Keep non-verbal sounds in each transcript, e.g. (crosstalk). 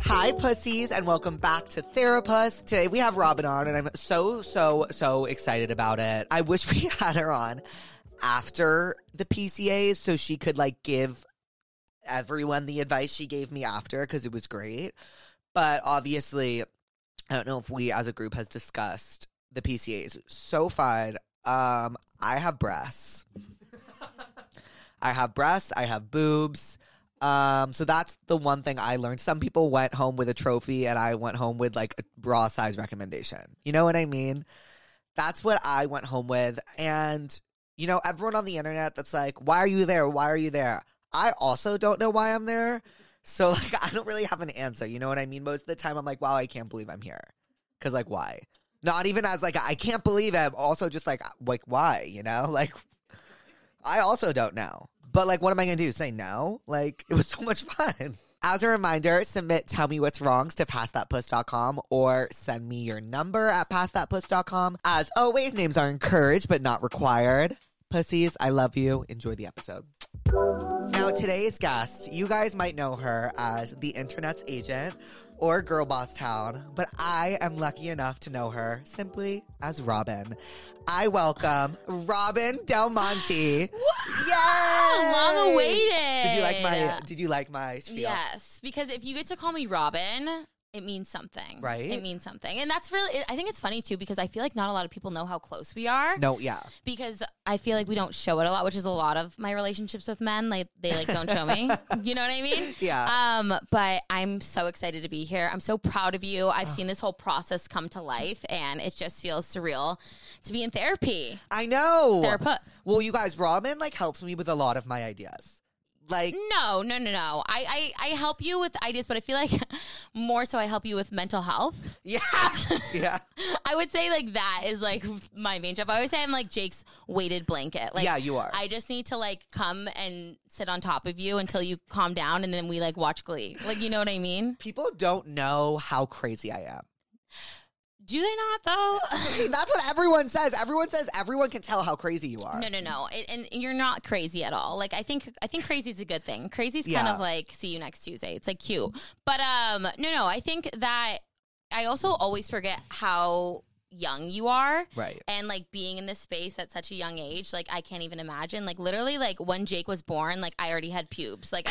pussies, and welcome back to Therapist. Today we have Robin on, and I'm so, so, so excited about it. I wish (laughs) we had her on after the PCAs so she could like give everyone the advice she gave me after because it was great. But obviously, I don't know if we as a group has discussed the PCAs. So fun. Um, I have breasts. I have breasts. I have boobs. Um, so that's the one thing I learned. Some people went home with a trophy, and I went home with like a bra size recommendation. You know what I mean? That's what I went home with. And you know, everyone on the internet that's like, "Why are you there? Why are you there?" I also don't know why I'm there. So (laughs) like, I don't really have an answer. You know what I mean? Most of the time, I'm like, "Wow, I can't believe I'm here," because like, why? Not even as like I can't believe it. Also, just like like why? You know, (laughs) like I also don't know. But like, what am I going to do? Say no? Like, it was so much fun. As a reminder, submit Tell Me What's Wrongs to PassThatPuss.com or send me your number at PassThatPuss.com. As always, names are encouraged but not required. Pussies, I love you. Enjoy the episode. Now, today's guest, you guys might know her as the internet's agent or Girl Boss Town, but I am lucky enough to know her simply as Robin. I welcome Robin Del Monte. Yeah, long awaited. Did you like my? Did you like my? Spiel? Yes, because if you get to call me Robin, it means something. Right? It means something. And that's really, I think it's funny too, because I feel like not a lot of people know how close we are. No. Yeah. Because I feel like we don't show it a lot, which is a lot of my relationships with men. Like they like don't (laughs) show me. you know what I mean? Yeah. Um, but I'm so excited to be here. I'm so proud of you. I've seen this whole process come to life, and it just feels surreal to be in therapy. I know. Therapist. Well, you guys, Robin like helps me with a lot of my ideas. Like, No, no, no, no. I, I, I help you with ideas, but I feel like (laughs) more so I help you with mental health. (laughs) yeah, (laughs) yeah, I would say like that is like my main job. I always say I'm like Jake's weighted blanket. Like yeah. You are. I just need to like come and sit on top of you until you calm down and then we like watch Glee. Like you know what I mean? People don't know how crazy I am. Do they not though? (laughs) That's what everyone says. Everyone says everyone can tell how crazy you are. No, no, no. It, and you're not crazy at all. Like I think I think crazy is a good thing. Crazy's kind Yeah. of like see you next Tuesday. It's like cute. But um no, no. I think that I also always forget how young you are. Right. And like being in this space at such a young age, like I can't even imagine. Like literally, like when Jake was born, like I already had pubes. Like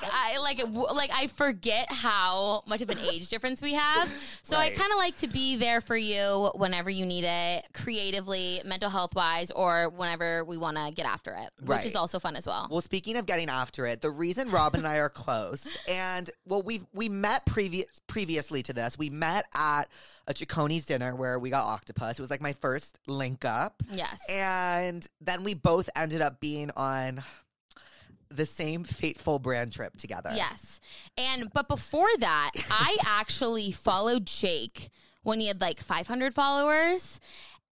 (laughs) can't- like I, like w- like I forget how much of an age difference we have. So I Right. kind of like to be there for you whenever you need it, creatively, mental health wise, or whenever we want to get after it, Right. which is also fun as well. Well, speaking of getting after it, the reason Robin and I are close, and well, we we met previous previously to this. We met at a Chaconi's dinner where we got octopus. It was like my first link up, yes. and then we both ended up being on the same fateful brand trip together. Yes. And but before that, (laughs) I actually followed Jake when he had like 500 followers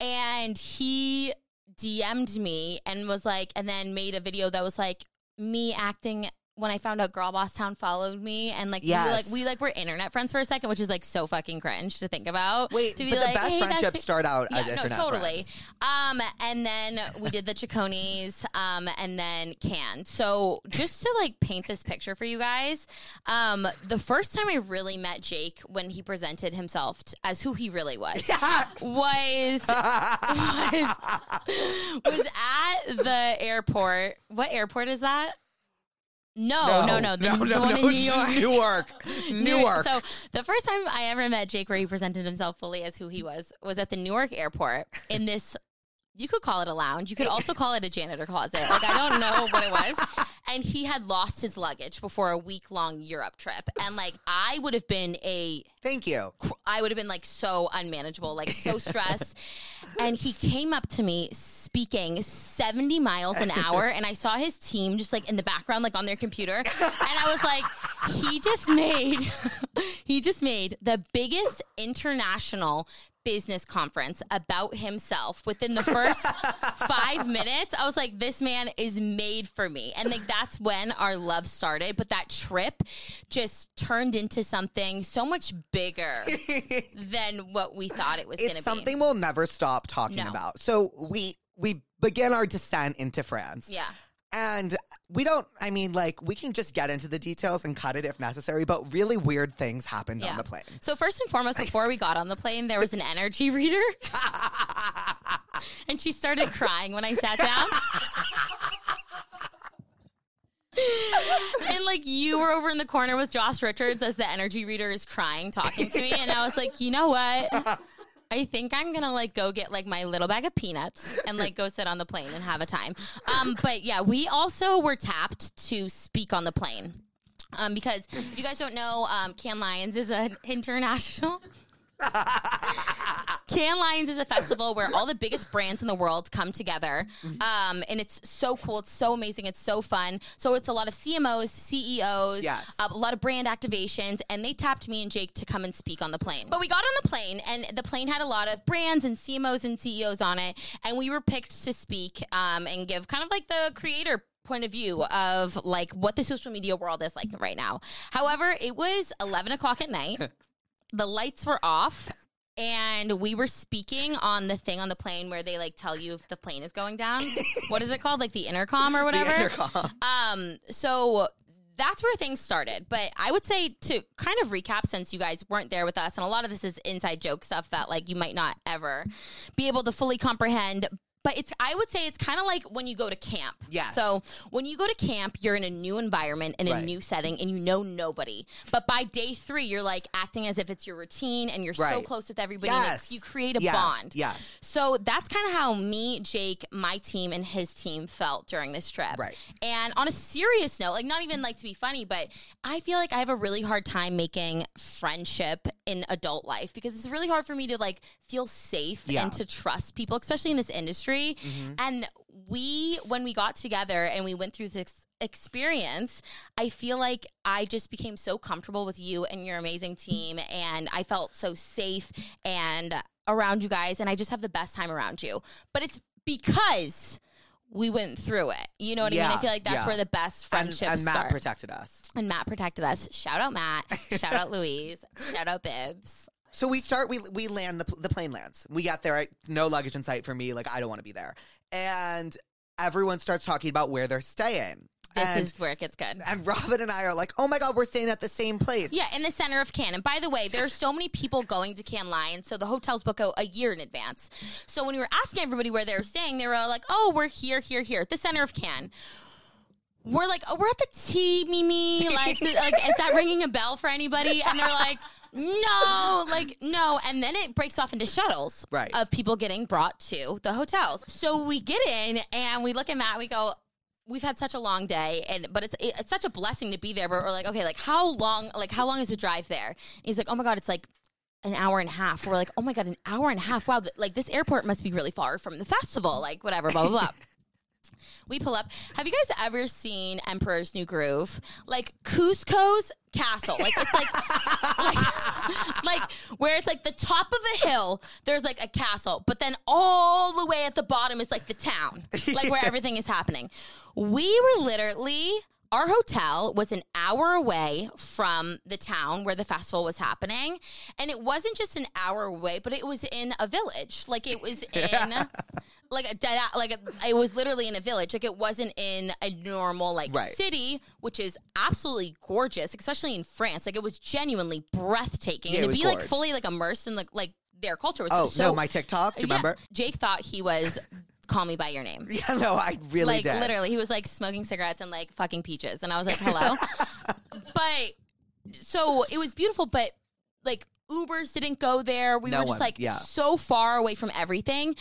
and he DM'd me and was like and then made a video that was like me acting when I found out Girl Boss Town followed me and like we were Yes. like we like were internet friends for a second, which is like so fucking cringe to think about. Wait, to but the best "Hey, bestie." friendships start out as Yeah, no, internet totally. friends. Um, and then we did the Chaconis, um, and then canned. So just to like paint this picture for you guys, um, the first time I really met Jake when he presented himself t- as who he really was (laughs) was was was at the airport. What airport is that? No, Oh, no, no, the, the one in (laughs) New (laughs) York. Newark, Newark. So the first time I ever met Jake, where he presented himself fully as who he was, was at the Newark airport in this. You could call it a lounge. You could also call it a janitor closet. Like I don't know what it was. And he had lost his luggage before a week long Europe trip, and like I would have been a Thank you. I would have been like so unmanageable, like so stressed. and he came up to me speaking 70 miles (laughs) an hour, and I saw his team just like in the background, like on their computer. And I was like, he just made, (laughs) he just made the biggest international business conference about himself within the first (laughs) five minutes. I was like, this man is made for me. And like that's when our love started. But that trip just turned into something so much (laughs) bigger than what we thought it was going to it's be. something we'll never stop talking No. about. So we we begin our descent into France. Yeah. And we don't, I mean, like, we can just get into the details and cut it if necessary, but really weird things happened on Yeah. the plane. So first and foremost, before we got on the plane, there was an energy reader, (laughs) and she started crying when I sat down. and like you were over in the corner with Josh Richards as the energy reader is crying, talking to me, and I was like, you know what? I think I'm gonna like go get like my little bag of peanuts and like go sit on the plane and have a time. Um, but yeah, we also were tapped to speak on the plane. Um, because if you guys don't know, um, Can Lions is an (laughs) international. Can Lions is a festival where all the biggest brands in the world come together. Um, and it's so cool. It's so amazing. It's so fun. So it's a lot of CMOs, CEOs, Yes. uh, a lot of brand activations. And they tapped me and Jake to come and speak on the plane. But we got on the plane, and the plane had a lot of brands and CMOs and CEOs on it. And we were picked to speak um, and give kind of like the creator point of view of like what the social media world is like right now. However, it was 11 o'clock at night. the lights were off and we were speaking on the thing on the plane where they like tell you if the plane is going (laughs) down. what is it called? Like the intercom or whatever. (laughs) intercom. Um, so that's where things started. But I would say to kind of recap, since you guys weren't there with us, and a lot of this is inside joke stuff that like you might not ever be able to fully comprehend. But it's I would say it's kind of like when you go to camp. Yes. So when you go to camp, you're in a new environment in a Right. new setting, and you know nobody. But by day three, you're like acting as if it's your routine, and you're so Right. close with everybody. and Yes. You create a Yes. bond. Yes. So that's kind of how me, Jake, my team, and his team felt during this trip. Right. And on a serious note, like not even like to be funny, but I feel like I have a really hard time making friendship in adult life because it's really hard for me to like feel safe Yeah. and to trust people, especially in this industry. And we, when we got together and we went through this experience, I feel like I just became so comfortable with you and your amazing team. And I felt so safe and around you guys. And I just have the best time around you. But it's because we went through it. You know what I mean? Yeah, I feel like that's yeah. where the best And, friendships and Matt start. protected us. and Matt protected us. Shout out Matt. (laughs) Shout out Louise. Shout out Bibbs. So we start. We we land the pl- the plane lands. We get there. I, no luggage in sight for me. Like I don't want to be there. And everyone starts talking about where they're staying. This and, is where it (laughs) gets good. and Robin and I are like, oh my god, we're staying at the same place. Yeah, in the center of Cannes. And by the way, there are so many people going to Cannes Lions, so the hotels book out a year in advance. So when we were asking everybody where they were staying, they were all like, "Oh, we're here, here, here, at the center of Cannes." We're like, "Oh, we're at the T, Mimi." Like, th- like is that ringing a bell for anybody? And they're like. No, like no, and then it breaks off into shuttles Right. of people getting brought to the hotels. So we get in and we look at Matt. We go, we've had such a long day and but it's it's such a blessing to be there but we're like okay like how long like how long is the drive there and he's like oh my god it's like an hour and a half we're like oh my god an hour and a half wow th- like this airport must be really far from the festival like whatever blah blah blah we pull up have you guys ever seen emperor's new groove like cusco's castle like it's like (laughs) like where it's like the top of a hill there's like a castle but then all the way at the bottom is like the town like where everything is happening we were literally our hotel was an hour away from the town where the festival was happening and it wasn't just an hour away but it was in a village like it was in like a dead like a, it was literally in a village like it wasn't in a normal like Right. city which is absolutely gorgeous especially in france like it was genuinely breathtaking Yeah, it and to was be like gorge. fully like immersed in like like their culture was Oh so no, my TikTok. Do you Yeah. remember? (laughs) jake thought he was call me by your name Yeah, no, I really like did. literally he was like smoking cigarettes and like fucking peaches and i was like (laughs) hello but so it was beautiful but like ubers didn't go there we No were just one, like yeah. so far away from everything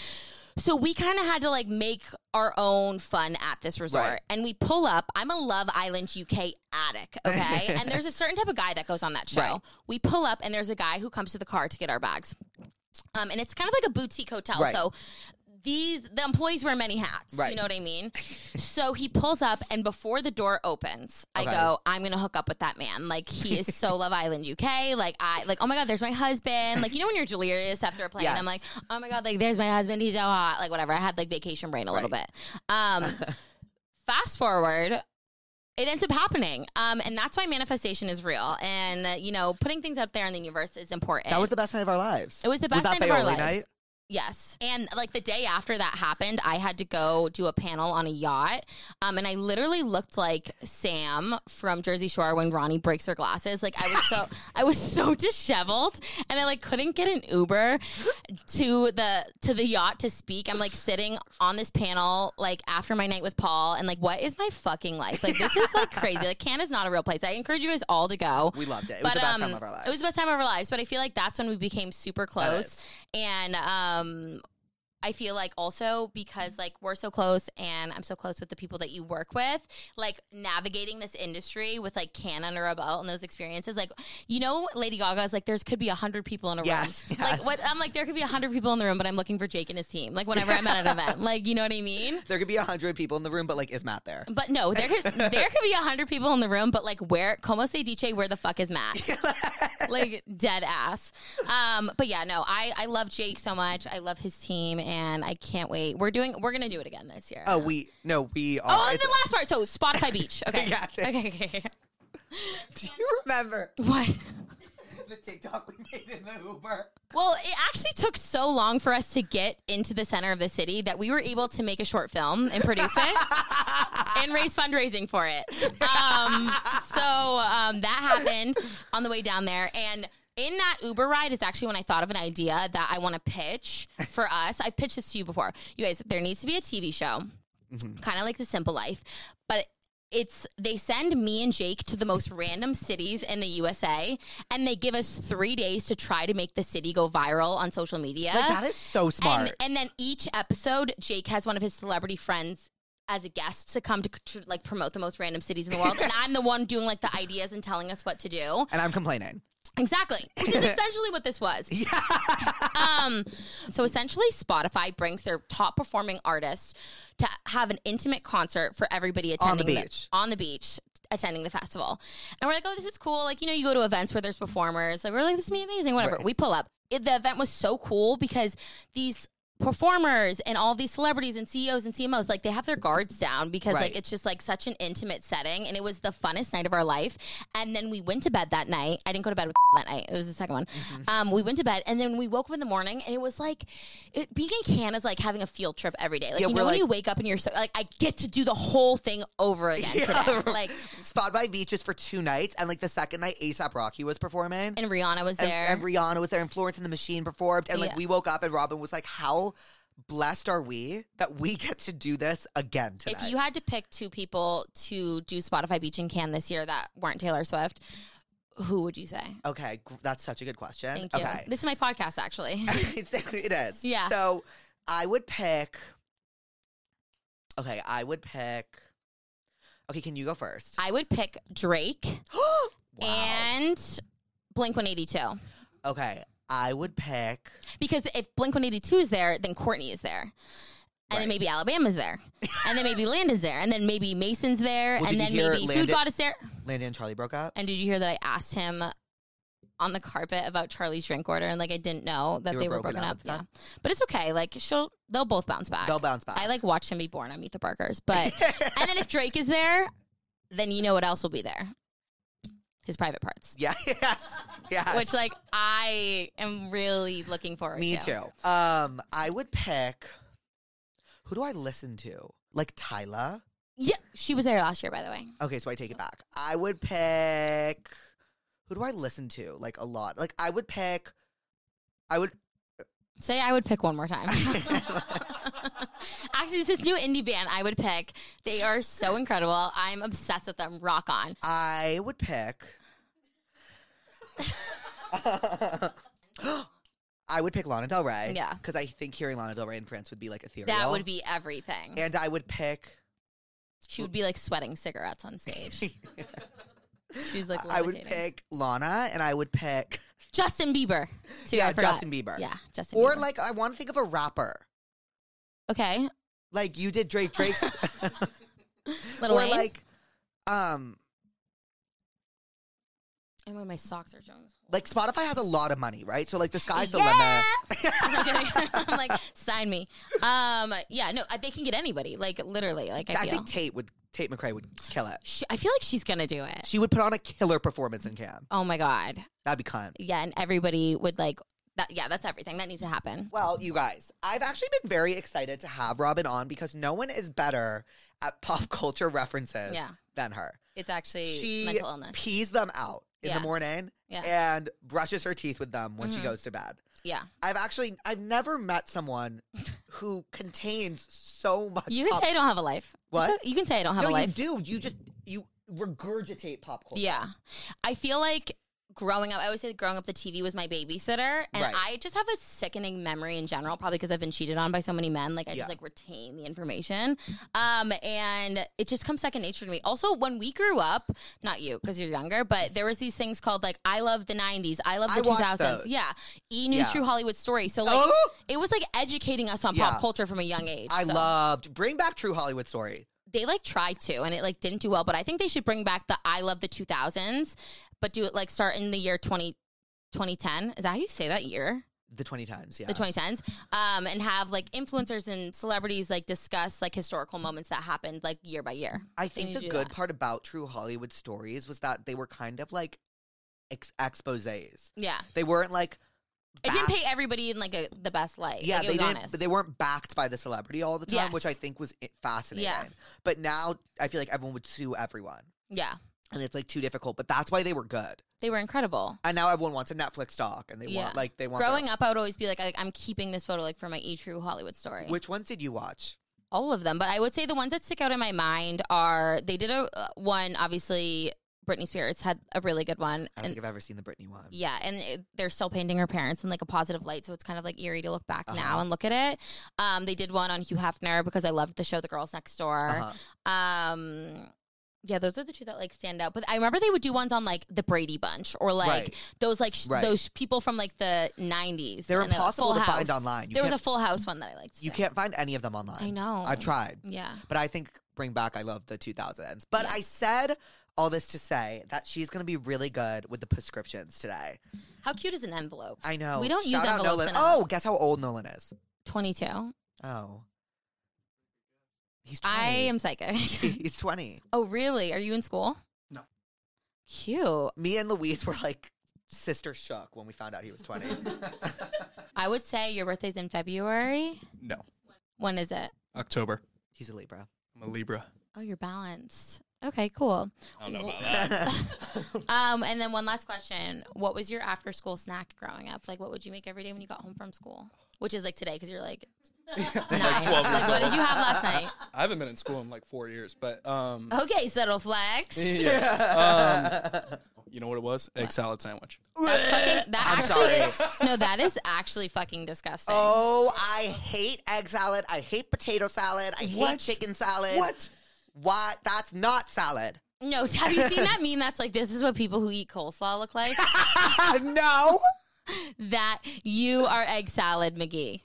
so we kind of had to like make our own fun at this resort Right. and we pull up i'm a love island uk addict (laughs) okay and there's a certain type of guy that goes on that show Right. we pull up and there's a guy who comes to the car to get our bags um, and it's kind of like a boutique hotel Right. so these the employees wear many hats you Right. know what i mean so he pulls up and before the door opens i Okay. go i'm gonna hook up with that man like he (laughs) is so love island uk like i like oh my god there's my husband like you know when you're delirious after a plane Yes. i'm like oh my god like there's my husband he's so hot like whatever i had like vacation brain a little bit um (laughs) fast forward it ends up happening um and that's why manifestation is real and uh, you know putting things out there in the universe is important that was the best night of our lives. it was the best that night of our Baoli lives. night? Yes. And like the day after that happened, I had to go do a panel on a yacht. Um, and I literally looked like Sam from Jersey Shore when Ronnie breaks her glasses. Like I was so I was so disheveled and I like couldn't get an Uber to the to the yacht to speak. I'm like sitting on this panel like after my night with Paul and like what is my fucking life? Like this is like crazy. Like Canada's not a real place. I encourage you guys all to go. We loved it. It was the best time of our lives. um, It was the best time of our lives, but I feel like that's when we became super close. And um I feel like also because like we're so close and I'm so close with the people that you work with, like navigating this industry with like can under a belt and those experiences, like you know Lady Gaga's like there's could be a hundred people in a Yes, room. yes. Like what I'm like there could be a hundred people in the room, but I'm looking for Jake and his team. Like whenever I'm at (laughs) an event. Like you know what I mean? There could be a hundred people in the room, but like, is Matt (laughs) there? But no, there could there could be a hundred people in the room, but like where como se dice where the fuck is (laughs) Matt? like dead ass. Um, but yeah, no, I I love Jake so much. I love his team, and I can't wait. We're doing we're gonna do it again this year. Oh, we no, we are. oh and It's- the last part. So (laughs) Spotify Beach. Okay. Yeah. okay. Okay. Okay. (laughs) do you remember What? the TikTok we made in the Uber? Well, it actually took so long for us to get into the center of the city that we were able to make a short film and produce it and raise fundraising for it. Um, so um, that happened on the way down there. And in that Uber ride is actually when I thought of an idea that I want to pitch for us. I've pitched this to you before. You guys, there needs to be a TV show, Mm-hmm. kind of like The Simple Life, but it's they send me and Jake to the most random cities in the USA and they give us three days to try to make the city go viral on social media. Like that is so smart. Uh, and, and then each episode, Jake has one of his celebrity friends as a guest to come to, to like promote the most random cities in the (laughs) world. and I'm the one doing like the ideas and telling us what to do. and I'm complaining. Exactly. (laughs) Which is essentially what this was. (laughs) Um, so essentially, Spotify brings their top performing artists to have an intimate concert for everybody On the attending beach. on the beach. Attending the festival, and we're like, "Oh, this is cool!" Like, you know, you go to events where there's performers. Like, we're like, "This is gonna be amazing." Whatever. Right. We pull up. It, the event was so cool because these performers and all these celebrities and CEOs and CMOs, like, they have their guards down because Right. like it's just like such an intimate setting, and it was the funnest night of our life. And then we went to bed that night. I didn't go to bed with (laughs) that night. It was the second one. Mm-hmm. Um, we went to bed, and then we woke up in the morning, and it was like it, being in Canada is like having a field trip every day. Like Yeah, you we're know when like- you wake up and you're so like I get to do the whole thing over again today. (laughs) Like Spot by Beaches for two nights, and like the second night, ASAP Rocky was performing, and Rihanna was and, there. and Rihanna was there, and Florence and the Machine performed, and like Yeah. we woke up, and Robin was like, "How blessed are we that we get to do this again today?" if you had to pick two people to do Spotify Beach and Can this year that weren't Taylor Swift, who would you say? okay, gr- that's such a good question. Thank you. Okay, This is my podcast actually. (laughs) it's, it is. Yeah. So I would pick. Okay, I would pick. Okay, can you go first? I would pick Drake (gasps) wow. and Blink 182. okay, I would pick. Because if Blink 182 is there, then Courtney is there. And Right. then maybe Alabama's there. and (laughs) then maybe Landon's there. And then maybe Mason's there. Well, did you and then hear maybe Food Landon- God is there. Landon and Charlie broke up. And did you hear that I asked him on the carpet about Charlie's drink order? And like I didn't know that They they were were, broken broken, up up. at the Yeah. time. But it's okay. Like she'll they'll both bounce back. They'll bounce (laughs) back. I like watched him be born on Meet (laughs) the Barkers. But and then if Drake is there, then you know what else will be there. His private parts. yeah, (laughs) yes, yes. Which like I am really looking (laughs) forward me to. too. Um, I would pick. Who do I listen to? Like Tyla. Yeah, she was there last year, by the way. Okay, so I take it back. I would pick. Who do I listen to? Like a lot. Like I would pick. I would. Say I would pick one more (laughs) time. (laughs) Actually, it's this new indie band I would pick. They are so incredible. I'm obsessed with them. Rock on. I would pick. (laughs) I would pick Lana Del Rey. Yeah. Because I think hearing Lana Del Rey in France would be like ethereal. That would be everything. And I would (laughs) pick. she would be like sweating cigarettes on stage. She's like, (laughs) I would levitating. pick Lana, and I would pick. Justin Bieber. Too, yeah, I forgot. Justin Bieber. Yeah, Justin. Or Bieber. like I want to think of a rapper. okay, Like you did Drake (laughs) Drake's (laughs) Little or Wayne. like um oh my, my socks are showing. like Spotify has a lot of money, right? So like the sky's the yeah! (laughs) limit. (laughs) I'm kidding. (laughs) I'm like, sign me. Um, yeah, no, I- they can get anybody. Like literally, like I, I feel. think Tate would Tate McRae would kill it. she, I feel like she's gonna do it. She would put on a killer performance in Cam. Oh my god, That'd be cunt. yeah, and everybody would like that yeah, that's everything that needs to happen. Well, you guys, I've actually been very excited to have Robin on because no one is better at pop (laughs) culture references Yeah. than her. It's actually She mental illness. pees them out in Yeah. the morning Yeah. and brushes her teeth with them when she Mhm. goes to bed. yeah, I've actually I've never met (laughs) someone who contains so much. you can pop- say I don't have a life. It's What? o- You can say I don't have no, a life. you do. You just you regurgitate pop culture. Yeah. I feel like growing up, I always say that growing up, the TV was my babysitter. And Right. I just have a sickening memory in general, probably because I've been cheated on by so many men. Like, I Yeah. just like retain the information. Um, and it just comes second nature to me. Also, when we grew up, not you, because you're younger, but there was these things called like, I love the 90s, I love I the watched 2000s. those. Yeah. E News Yeah. True Hollywood Story. So, like, oh, it was like educating us on Yeah. pop culture from a young age. I So loved Bring Back True Hollywood Story. they like tried to and it like didn't do well but i think they should bring back the i love the 2000s but do it like start in the year 20 2010 is that how you say that year The 2010s, yeah. the 2010s um and have like influencers and celebrities like discuss like historical moments that happened like year by year I need think to the do good that. part about True Hollywood Stories was that they were kind of like ex- exposés. yeah They weren't like it didn't backed- pay everybody in like a, the best light Yeah, like, it they was didn't. honest But they weren't backed by the celebrity all the time, which I Yes. think was i- fascinating. Yeah. But now I feel like everyone would sue everyone, yeah and it's like too difficult. But that's why they were good. they were incredible And now everyone wants a Netflix doc, and they Yeah. want like they want. growing up i would always be like I, i'm keeping this photo like for my e true hollywood story Which ones did you watch? all of them, but I would say the ones that stick out in my mind are they did a uh, one obviously Britney Spears had a really good one I don't and think I've ever seen the Britney one. yeah, and it, they're still painting her parents in like a positive light, so it's kind of like eerie to look back Uh-huh. now and look at it. Um, they did one on Hugh Hefner because I loved the show The Girls Next Door. Uh-huh. Um, yeah, those are the two that like stand out. But I remember they would do ones on like the Brady Bunch or like Right. those like sh- Right. those people from like the '90s. They're and, like, impossible Full to find House. online. You there was a can't- Full House one that I liked. You so- can't find any of them online. I know. I've tried. Yeah. But I think bring back I love the 2000s. But I said all this to say that she's going to be really good with the prescriptions today. How cute is an envelope? I know. We don't Shout use out envelopes Nolan. in Oh, guess how old Nolan is? 22. Oh. He's 20. (laughs) I am psychic. He's 20. oh, really? Are you in school? No. Cute. Me and Louise were like sister shook when we found out he was (laughs) 20. I would say your birthday's in February. No. When is it? October. He's a Libra. I'm a Libra. Oh, you're balanced. Okay, cool. I don't know about (laughs) I Um, and then one last question. What was your after school snack growing up? Like, what would you make every day when you got home from school? Which is like today, because you're like, nine. 12 years Like, what old. did you have last night? I haven't been in school in like four years, but um, Okay, subtle flex. yeah. um, you know what it was? Egg salad sandwich. That's fucking, that I'm actually, is- (laughs) no, that is actually fucking disgusting. Oh, I hate egg salad. I hate potato salad. I hate What? chicken salad. Why? That's not (laughs) salad. No, (laughs) have you seen that meme that's like, this is what people who eat coleslaw look (laughs) like? no. that you are egg salad (laughs) McGee.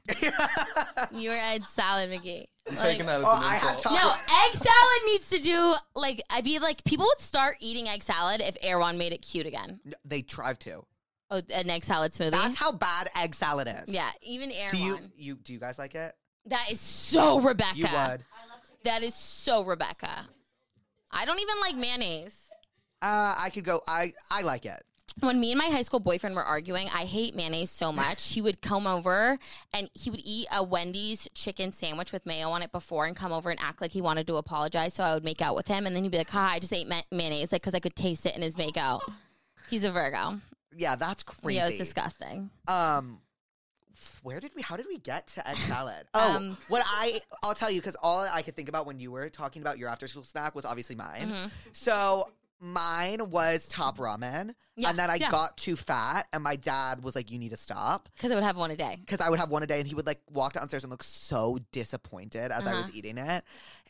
you are egg salad McGee. I'm Like- taking that as Oh, an I had insult. to- No, egg salad needs to do like I mean like people would start eating egg salad if Erwan made it cute again. No, They tried to. Oh, an egg salad smoothie. That's how bad egg salad is. yeah, even Erwan. Do you you do you guys like it? that is so Rebecca. You would. That is so Rebecca. I don't even like mayonnaise. Uh, I could go. I I like it. when me and my high school boyfriend were arguing, I hate mayonnaise so much. He would come over and he would eat a Wendy's chicken sandwich with mayo on it before and come over and act like he wanted to apologize. So I would make out with him and then he'd be like, "Hi, I just ate ma- mayonnaise," like because I could taste it in his make out. He's a Virgo. Yeah, that's crazy. Yeah, it's disgusting. Um, where did we? How did we get to egg (laughs) salad? Oh, Um, what I I'll tell you because all I could think about when you were talking about your after school snack was obviously mine. Mhm. So mine was top ramen, Yeah, and then I yeah. got too fat, and my dad was like, "You need to stop." Because I would have one a day. because I would have one a day, and he would like walk downstairs and look so disappointed as I was Uh-huh. eating it.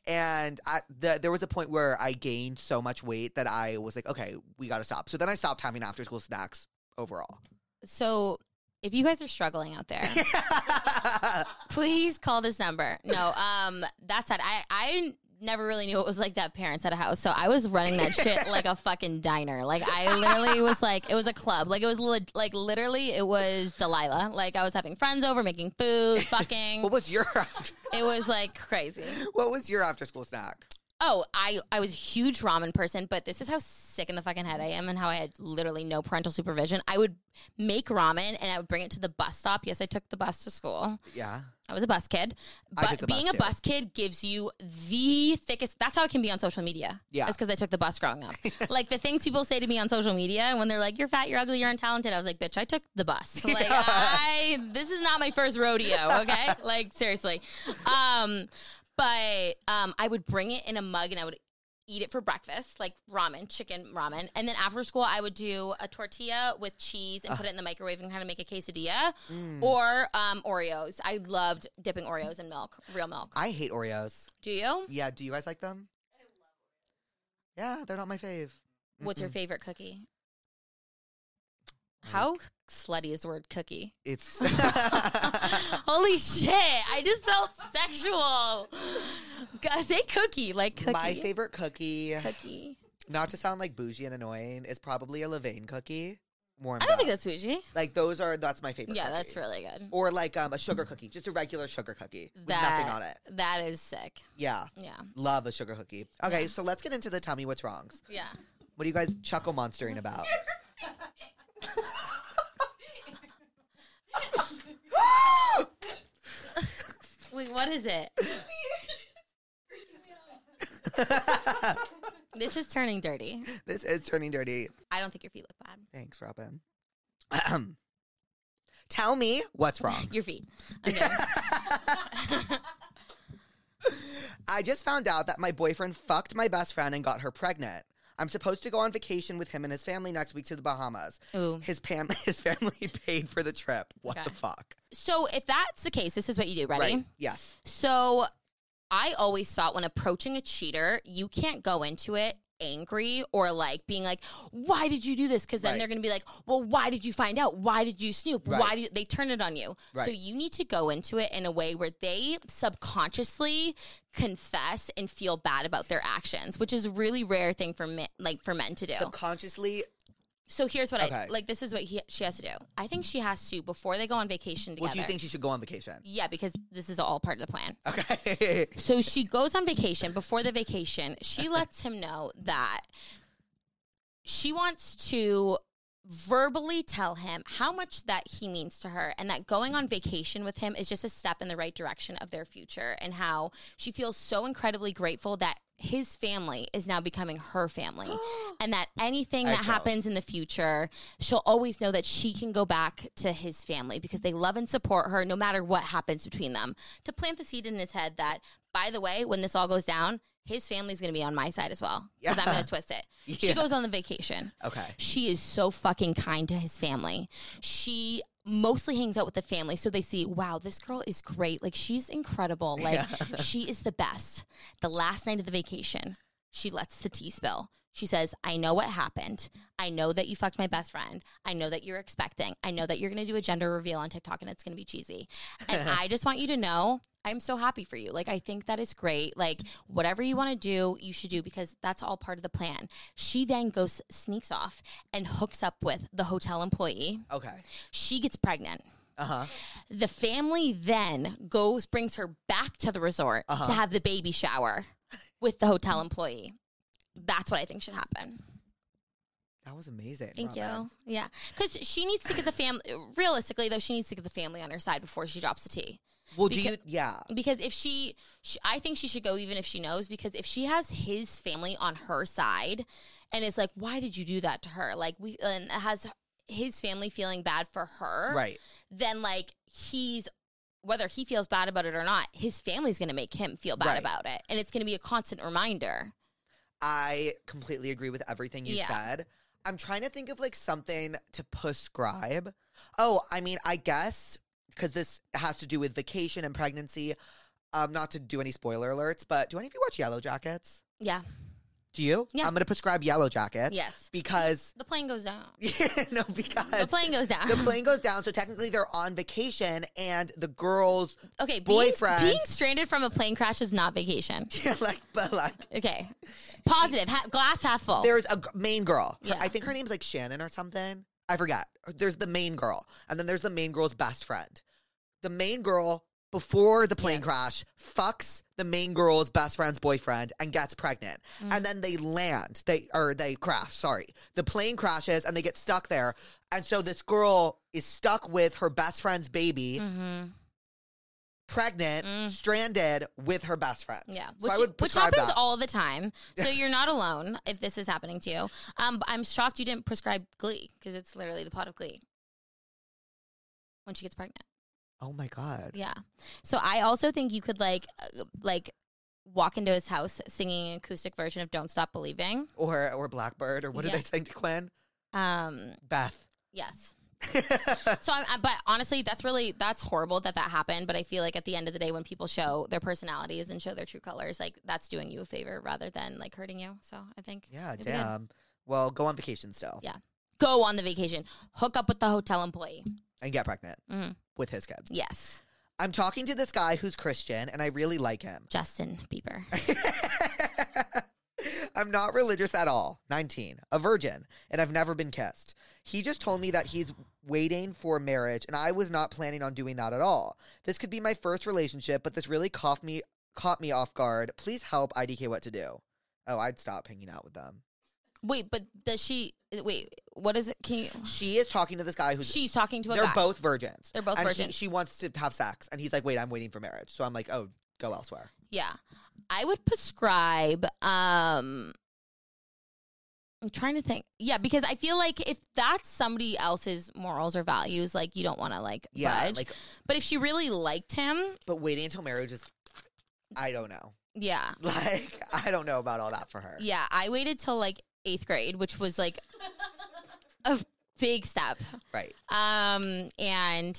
And I, the, there was a point where I gained so much weight that I was like, okay, we got to stop. So then I stopped having after school snacks overall. (laughs) So if you guys are struggling out there, please call this number. No, um, that's sad. I I never really knew it was like that parents at a house. So I was running that shit like a fucking diner. Like I literally was like it was a club. Like it was li- like literally it was Delilah. Like I was having friends over, making food, fucking. what was your after- it was like crazy. what was your after school snack? Oh, I, I was a huge ramen person, but this is how sick in the fucking head I am and how I had literally no parental supervision. I would make ramen and I would bring it to the bus stop. Yes, I took the bus to school. Yeah. I was a bus kid. I But took the bus being too. a bus kid gives you the thickest. That's how it can be on social media. Yeah. That's because I took the bus growing (laughs) up. like the things people say to me on social media when they're like, you're fat, you're ugly, you're untalented. I was like, bitch, I took (laughs) the bus. Like, I, this is not my first rodeo, okay? (laughs) like, seriously. Um, but um, I would bring it in a mug and I would eat it for breakfast, like ramen, chicken ramen. And then after school, I would do a tortilla with cheese and put it in the microwave and kind of make a quesadilla Mm. Hmm. or um, Oreos. I loved dipping Oreos in milk, real milk. I hate Oreos. Do you? Yeah. Do you guys like them? Yeah, they're not my fave. What's your Mm-mm. favorite cookie? How slutty is the word (laughs) cookie? (laughs) It's Holy shit. I just felt sexual. God, Say cookie, like cookie. my favorite cookie. Cookie. Not to sound like bougie and annoying, is probably a Levain cookie. Warm. I don't think that's bougie. like those are. That's my favorite. Yeah, cookie. that's really good. Or like um, a sugar cookie, just a regular sugar cookie with That- nothing on it. That is sick. Yeah, Yeah. love a sugar cookie. Okay, so let's get into the tell me what's wrongs. Yeah. What are you guys chuckle (laughs) monstering about? (laughs) Wait, what is it? (laughs) This is turning dirty. this is turning dirty. I don't think your feet look bad. Thanks, Robin. (clears throat) Ahem. tell me what's wrong. Your feet. Okay. I just found out that my boyfriend fucked my best friend and got her pregnant. I'm supposed to go on vacation with him and his family next week to the Bahamas. Ooh. His pam- (laughs) his family paid for the trip. What Okay. the fuck? So if that's the case, this is what you do. Ready? Right. Yes. So I always thought when approaching a cheater, you can't go into it angry or like being like, why did you do this? Because then Right. they're going to be like, well, why did you find out? Why did you snoop? Right. Why did they turn it on you? So Right. you need to go into it in a way where they subconsciously confess and feel bad about their actions, which is a really rare thing for men, like for men to do. Subconsciously, So here's what I Okay. like. This is what he, she has to do. I think she has to before they go on vacation together. well, do you think she should go on vacation? (laughs) Yeah, because this is all part of the plan. Okay. So she goes on vacation. Before the vacation, she lets him know that she wants to verbally tell him how much that he means to her and that going on vacation with him is just a step in the right direction of their future and how she feels so incredibly grateful that his family is now becoming her family and that anything I that have chills. happens in the future she'll always know that she can go back to his family because they love and support her no matter what happens between them to plant the seed in his head that by the way when this all goes down his family's going to be on my side as well because i'm Yeah. going to (laughs) twist it Yeah. she goes on the vacation Okay. she is so fucking kind to his family. She mostly hangs out with the family so they see, wow, this girl is great. Like she's incredible. Like she is the best. The last night of the vacation, she lets the tea spill. She says, I know what happened. I know that you fucked my best friend. I know that you're expecting. I know that you're going to do a gender reveal on TikTok and it's going to be cheesy. And I just want you to know I'm so happy for you. Like, I think that is great. Like, whatever you want to do, you should do because that's all part of the plan. She then goes, sneaks off, and hooks up with the hotel employee. Okay. She gets pregnant. Uh huh. The family then goes, brings her back to the resort to have the baby shower with the hotel employee. That's what I think should happen. That was amazing. Thank Robin. you. Yeah. Because she needs to get the family, realistically, though, she needs to get the family on her side before she drops the tea. Well, do Because- you? Yeah. because if she, sh i think she should go even if she knows because if she has his family on her side and it's like why did you do that to her like we and has his family feeling bad for her Right. then like he's whether he feels bad about it or not his family's going to make him feel bad Right. about it and it's going to be a constant reminder I completely agree with everything you Yeah. said. I'm trying to think of like something to prescribe. Oh, I mean, I guess because this has to do with vacation and pregnancy. Um, not to do any spoiler alerts, but do any of you watch Yellow Jackets? yeah Do you? Yeah. I'm gonna prescribe Yellow Jackets. Yes. Because (laughs) the plane goes down no, the because plane goes down (laughs) the plane goes down, so technically they're on vacation, and the girls, (laughs) okay being, boyfriend- being stranded from a plane crash is not vacation like, but like, okay positive ha- glass half full There's a g- main girl. Her- Yeah. I think her name's like Shannon or something. I forget. There's the main girl, and then there's the main girl's best friend. The main girl before the plane crash, fucks the main girl's best friend's boyfriend and gets pregnant. Mm. And then they land, they or they crash, sorry. The plane crashes and they get stuck there. And so this girl is stuck with her best friend's baby, Mm-hmm. pregnant, Mm. stranded with her best friend. Yeah, So which, I would which prescribe happens that. all (laughs) the time. So you're not alone if this is happening to you. Um, but I'm shocked you didn't prescribe Glee because it's literally the plot of Glee when she gets pregnant. Oh my god. Yeah. So I also think you could like uh, like walk into his house singing an acoustic version of "Don't Stop Believing." Or or Blackbird or what do Yeah. they sing to Quinn? Um, (laughs) Beth. yes. So, I'm, I- but honestly, that's really that's horrible that that happened. But I feel like at the end of the day, when people show their personalities and show their true colors, like that's doing you a favor rather than like hurting you. So I think yeah, it'd be good. damn. Well, go on vacation still go on the vacation, hook up with the hotel employee. and get pregnant Mhm. with his kid. Yes, I'm talking to this guy who's Christian and I really like him. (laughs) Justin Bieber. I'm not religious at all. 19, a virgin, and I've never been kissed. He just told me that he's waiting for marriage, and I was not planning on doing that at all. This could be my first relationship, but this really caught me caught me off guard. Please help IDK what to do. Oh, I'd stop hanging out with them. Wait, but does she? Wait, what is it? Can you? She is talking to this guy who's She's talking to a they're guy. both virgins. They're both and he- virgins. she wants to have sex, and he's like, "Wait, I'm waiting for marriage." So I'm like, "Oh, go elsewhere." yeah, I would prescribe. Um, I'm trying to think. Yeah, because I feel like if that's somebody else's morals or values, like you don't want to like Yeah, budge. like, but if she really liked him, but waiting until marriage is, I don't know. (laughs) yeah, Like, I don't know about all that for her. yeah. I waited till like eighth grade, which (laughs) was like a big step. Right. Um, and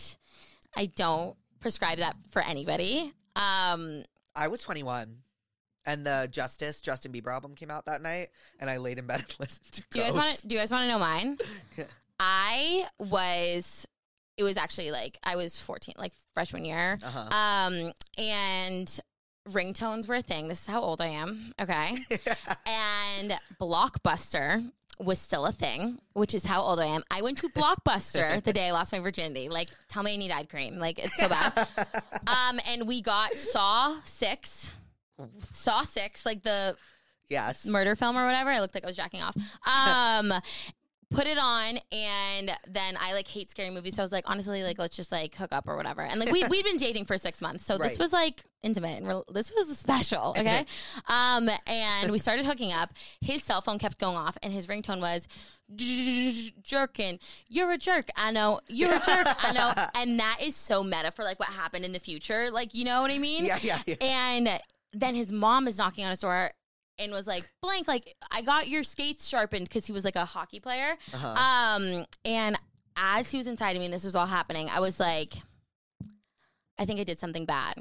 I don't prescribe that for anybody. Um, I was 21 and the Justice Justin Bieber album came out that night and I laid in bed (laughs) and listened to do you guys want to? Do you guys want to know mine? Yeah. I was. It was actually like I was fourteen, like freshman year. to? Uh-huh. Um, and ringtones were a thing. This is how old I am. Okay, Uh, and Blockbuster was still a thing, which is how old I am. I went to Blockbuster the day I lost my virginity. Like, tell me I need eye cream. Like, it's so bad. um, and we got Saw Six. Saw Six, like the (laughs) yes. murder film or whatever. I looked like I was jacking off. Um, put it on, and then I like hate scary movies, so I was like, honestly, like let's just like hook up or whatever. And like we we'd been dating for six months, so Right. this was like intimate. And rel- this was special, okay? um, and we started hooking up. His cell phone kept going off, and his ringtone was jerkin you're a jerk i know you're a jerk i know and that is so meta for like what happened in the future like you know what i mean yeah, yeah, yeah. and then his mom is knocking on his door and was like, blank, like, I got your skates sharpened because he was like a hockey player. Uh-huh. Um, and as he was inside of me and this was all happening, I was like, I think I did something bad.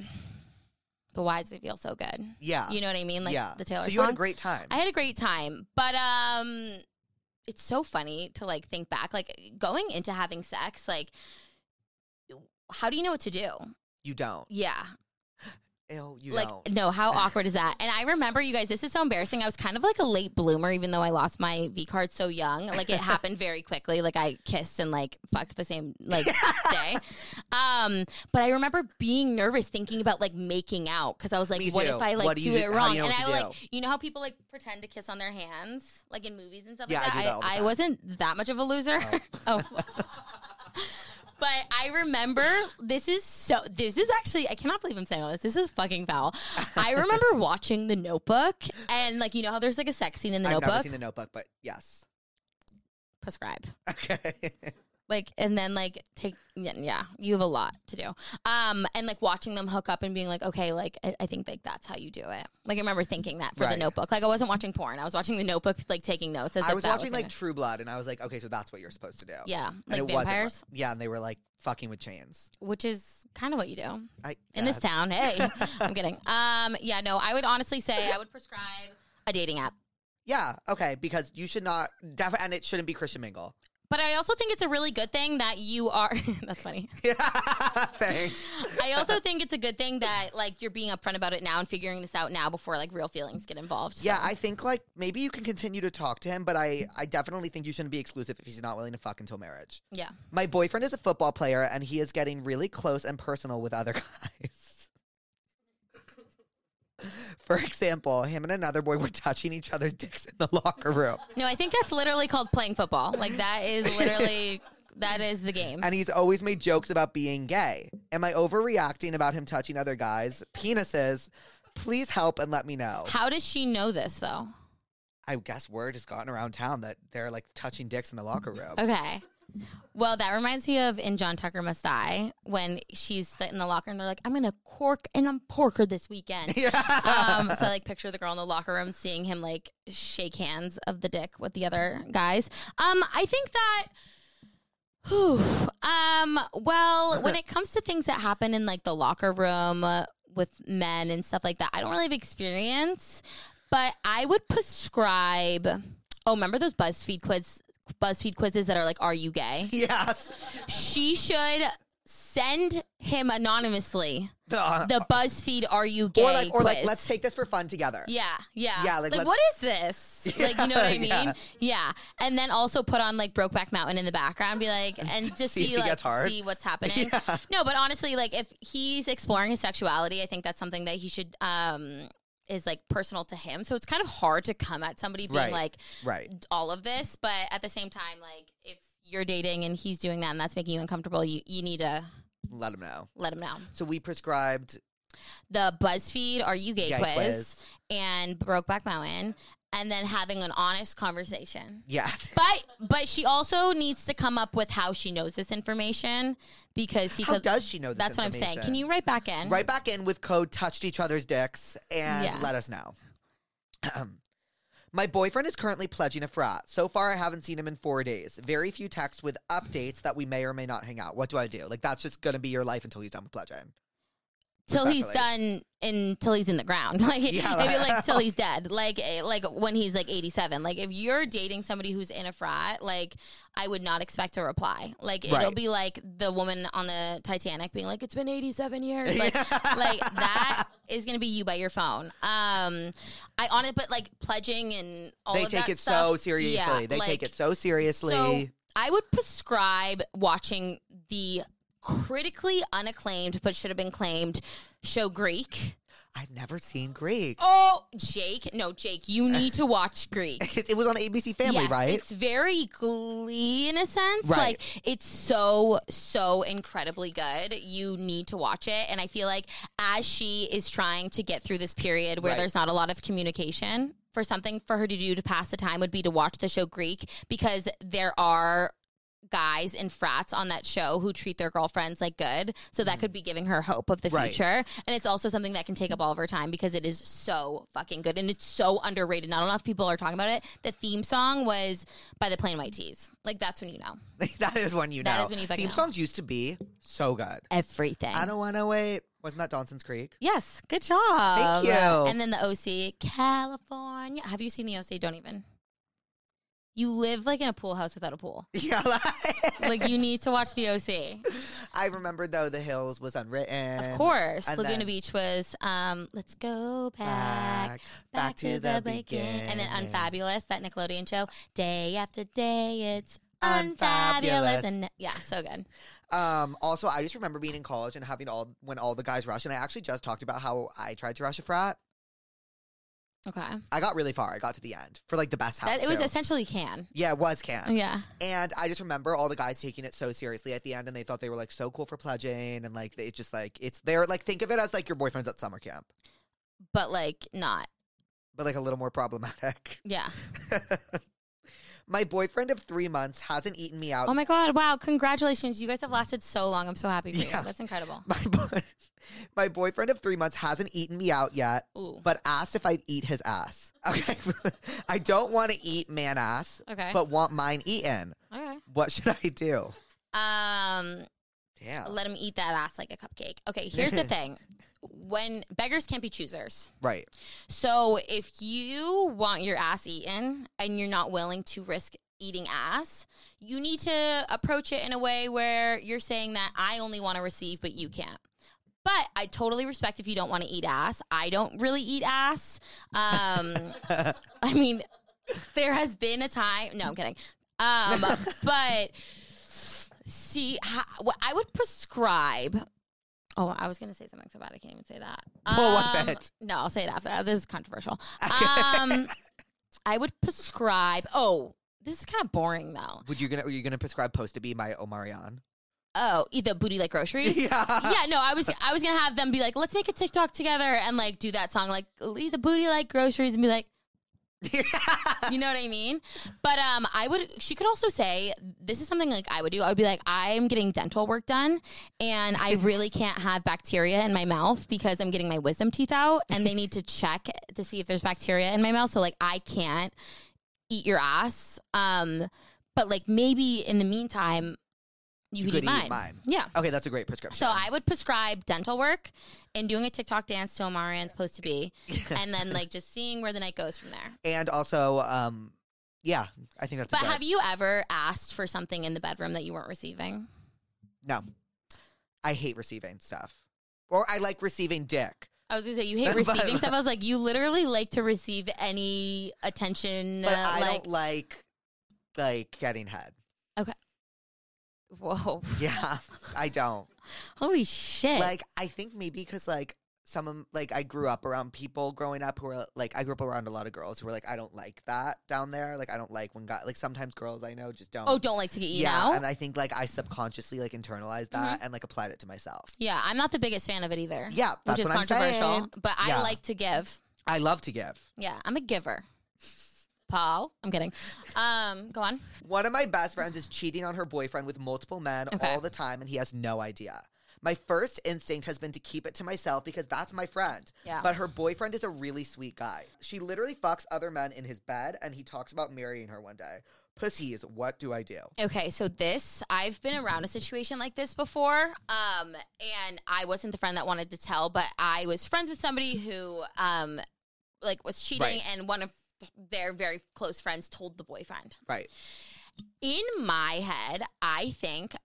But why does it feel so good? yeah. You know what I mean? Like Uh, yeah. the Taylor So you song. had a great time. I had a great time, but um, it's so funny to like think back, like going into having sex, like how do you know what to do? you don't. Yeah, Ew, you like don't. no (laughs) how awkward is that and i remember you guys this is so embarrassing i was kind of like a late bloomer even though i lost my v card so young like (laughs) it happened very quickly like i kissed and like fucked the same (laughs) like day um but i remember being nervous thinking about like making out because i was like Me what too. if i like What do do, you it do- how wrong do you know and what i to like do? you know how people like pretend to kiss on their hands like in movies and stuff Yeah, I like do that that all the i, time. wasn't that much of a loser (laughs) oh. But I remember this is so this is actually I cannot believe I'm saying all this. This is fucking foul. (laughs) I remember watching The Notebook and like you know how there's like a sex scene in The I've never Notebook. seen the notebook, but yes. Prescribe. Okay. Like and then like take yeah, yeah, you have a lot to do. Um and like watching them hook up and being like okay, like I, I think like that's how you do it. Like I remember thinking that for Right. The Notebook. Like I wasn't watching porn. I was watching The Notebook like taking notes. As I if was that watching was like True Blood and I was like, okay, so that's what you're supposed to do. yeah, And like it wasn't vampires, what- yeah, and they were like fucking with chains. which is kind of what you do. I in this guess. (laughs) town. Hey, I'm kidding. Um, yeah, no, I would honestly say I would prescribe a dating app. Yeah, okay, because you should not, def- and it shouldn't be Christian Mingle. (laughs) But I also think it's a really good thing that you are. (laughs) that's funny. Thanks. I also think it's a good thing that like you're being upfront about it now and figuring this out now before like real feelings get involved. Yeah, I think like maybe you can continue to talk to him, but I, I definitely think you shouldn't be exclusive if he's not willing to fuck until marriage. Yeah. My boyfriend is a football player and he is getting really close and personal with other (laughs) guys. For example, him and another boy were touching each other's dicks in the locker (laughs) room. No, I think that's literally called playing football. Like that is literally that is the game. And he's always made jokes about being gay. Am I overreacting about him touching other guys' penises? Please help and let me know. How does she know this though? I guess word has gotten around town that they're like touching dicks in the locker room. Okay. Well, that reminds me of in John Tucker Must Die when she's sitting in the locker and they're like, I'm going to cork and I'm porker this (laughs) weekend. Yeah. um, (laughs) so I like picture the girl in the locker room seeing him like shake hands of the dick with the other guys. Um, I think that. Whew, um, (laughs) well, when it comes to things that happen in like the locker room uh, with men and stuff like that, I don't really have experience, but I would prescribe. Oh, remember those BuzzFeed quiz BuzzFeed quizzes that are like, "Are you gay?" Yes. She should send him anonymously the BuzzFeed "Are you gay?" uh, or like, or like, quiz. let's take this for fun together. Yeah, yeah, Yeah, like, let's- Like, what is this? like, you know what I mean? (laughs) yeah. Yeah. and then also put on like Brokeback Mountain in the background, be (laughs) like, and just See if see, he like, gets hard. (laughs) see what's happening. No, but honestly, like, if he's exploring his sexuality, I think that's something that he should. um is like personal to him. So it's kind of hard to come at somebody being Right. like Right. all of this, but at the same time like if you're dating and he's doing that and that's making you uncomfortable, you you need to Let him know. let him know. So we prescribed The BuzzFeed are you gay gay quiz. quiz, and Brokeback Mountain, and then having an honest conversation. (laughs) Yes. But but she also needs to come up with how she knows this information because he How could. does she know this? that's what I'm saying. information? Can you write back in? right back in with code touched each other's dicks and Yeah. let us know. (clears throat) My boyfriend is currently pledging a frat. So far, I haven't seen him in four days. Very few texts with updates that we may or may not hang out. What do I do? Like, that's just going to be your life until he's done with pledging. till he's respectfully. done until he's in the ground. (laughs) Like Yeah, maybe like- (laughs) like till he's dead. Like eh, like when he's like 87. Like if you're dating somebody who's in a frat, like I would not expect a reply. Like it'll Right. be like the woman on the Titanic being like it's been 87 years. (laughs) Like like that is going to be you by your phone. Um I on it but like pledging and all They of take that it so stuff, seriously. yeah, they like, take it so seriously. so I would prescribe watching the critically unacclaimed but should have been claimed show Greek. I've never seen Greek. Oh, Jake. No, Jake, you need to watch Greek. (laughs) It, it was on ABC (laughs) Family, yes, right? It's very glee in a sense. Right. Like it's so, so incredibly good. You need to watch it. And I feel like as she is trying to get through this period where Right. there's not a lot of communication, for something for her to do to pass the time would be to watch the show Greek because there are guys and frats on that show who treat their girlfriends like good. So that could be giving her hope of the Mm-hmm. Right. future. And it's also something that can take up all of her time because it is so fucking good and it's so underrated. Not enough people are talking about it. The theme song was by the Plain White Tees. Like that's when you know (laughs) that is when you know. That is when you fucking Theme know. songs used to be so good. everything. I don't want to wait. Wasn't that Donson's Creek? (laughs) Yes, good job. Thank you. And then the OC, California. Have you seen the OC? Don't even. You live like in a pool house without a pool. Yeah, like, Like you need to watch the OC. I remember though the hills was unwritten. Of course, and Laguna then- Beach was. Um, let's go back, Back, back to the beginning. and then Unfabulous, that Nickelodeon show. Day after day, it's Unfabulous. unfabulous, and yeah, so good. Um, also, I just remember being in college and having all when all the guys rush. And I actually just talked about how I tried to rush a frat. Okay, I got really far. I got to the end for like the best house. that, it was too. essentially can. yeah, it was camp. Yeah, And I just remember all the guys taking it so seriously at the end, and they thought they were like so cool for pledging, and like they just like it's their like think of it as like your boyfriend's at summer camp, but like not. but like a little more problematic. Yeah. (laughs) My boyfriend of three months hasn't eaten me out. Oh my god! Wow! Congratulations, you guys have lasted so long. I'm so happy for Yeah. you. That's incredible. (laughs) my, boy- my boyfriend of three months hasn't eaten me out yet, Ooh. but asked if I'd eat his ass. (laughs) Okay. I don't want to eat man ass, Okay. but want mine eaten. okay. What should I do? Um, Damn. let him eat that ass like a cupcake. Okay. (laughs) Here's the thing: when beggars can't be choosers. right. (laughs) So if you want your ass eaten and you're not willing to risk eating ass, you need to approach it in a way where you're saying that I only want to receive, but you can't. But I totally respect if you don't want to eat ass. I don't really eat ass. Um, (laughs) I mean, there has been a time. No, I'm kidding. Um, but see, ha- what I would prescribe. Oh, I was going to say something so bad. I can't even say that. What was Um, it? No, I'll say it after. uh, This is controversial. Um, I would prescribe. Oh, this is kind of boring though. Would you gonna are you gonna prescribe post to be by Omarion? Oh, eat the booty (laughs) like groceries. (laughs) yeah, no, I was I was gonna have them be like, let's make a TikTok together and like do that song, like leave the booty like groceries and be like, you know what I mean? But um, I would. She could also say this is something like I would do. I would be like, I'm getting dental work done, and I really can't have bacteria in my mouth because I'm getting my wisdom teeth out, and they need to check to see if there's bacteria in my mouth. So like, I can't eat your ass. Um, but like maybe in the meantime, you, could, eat, mine. Yeah. Okay, that's a great prescription. So I would prescribe dental work and doing a TikTok dance to Omarian's supposed to (laughs) be, and then like just seeing where the night goes from there. (laughs) and also, um, yeah, I think that's. But a good. have you ever asked for something in the bedroom that you weren't receiving? No, I hate receiving stuff, or I like receiving dick. I was gonna say you hate But- receiving stuff. I was like, you literally like to receive any attention. But uh, I like, don't like like getting head. whoa, Yeah, I (laughs) don't. holy shit! Like I think maybe because like some of like I grew up around people growing up who were like I grew up around a lot of girls who were like I don't like that down there. Like I don't like when guy like sometimes girls I know just don't. oh, don't like to get you yeah, know. and I think like I subconsciously like internalized that and like applied it to myself. yeah, I'm not the biggest fan of it either. Yeah, which that's is what I'm controversial. saying. But I Yeah. like to give. I love to give. Yeah, I'm a giver. Paul, I'm kidding. Um, go on. One of my best friends is cheating on her boyfriend with multiple men Okay. all the time, and he has no idea. My first instinct has been to keep it to myself because that's my friend. Yeah. But her boyfriend is a really sweet guy. She literally fucks other men in his bed, and he talks about marrying her one day. Pussies, what do I do? Okay, so this I've been around a situation like this before, um, and I wasn't the friend that wanted to tell, but I was friends with somebody who, um, like, was cheating, Right. and one of their very close friends told the boyfriend. Right. In my head, I think,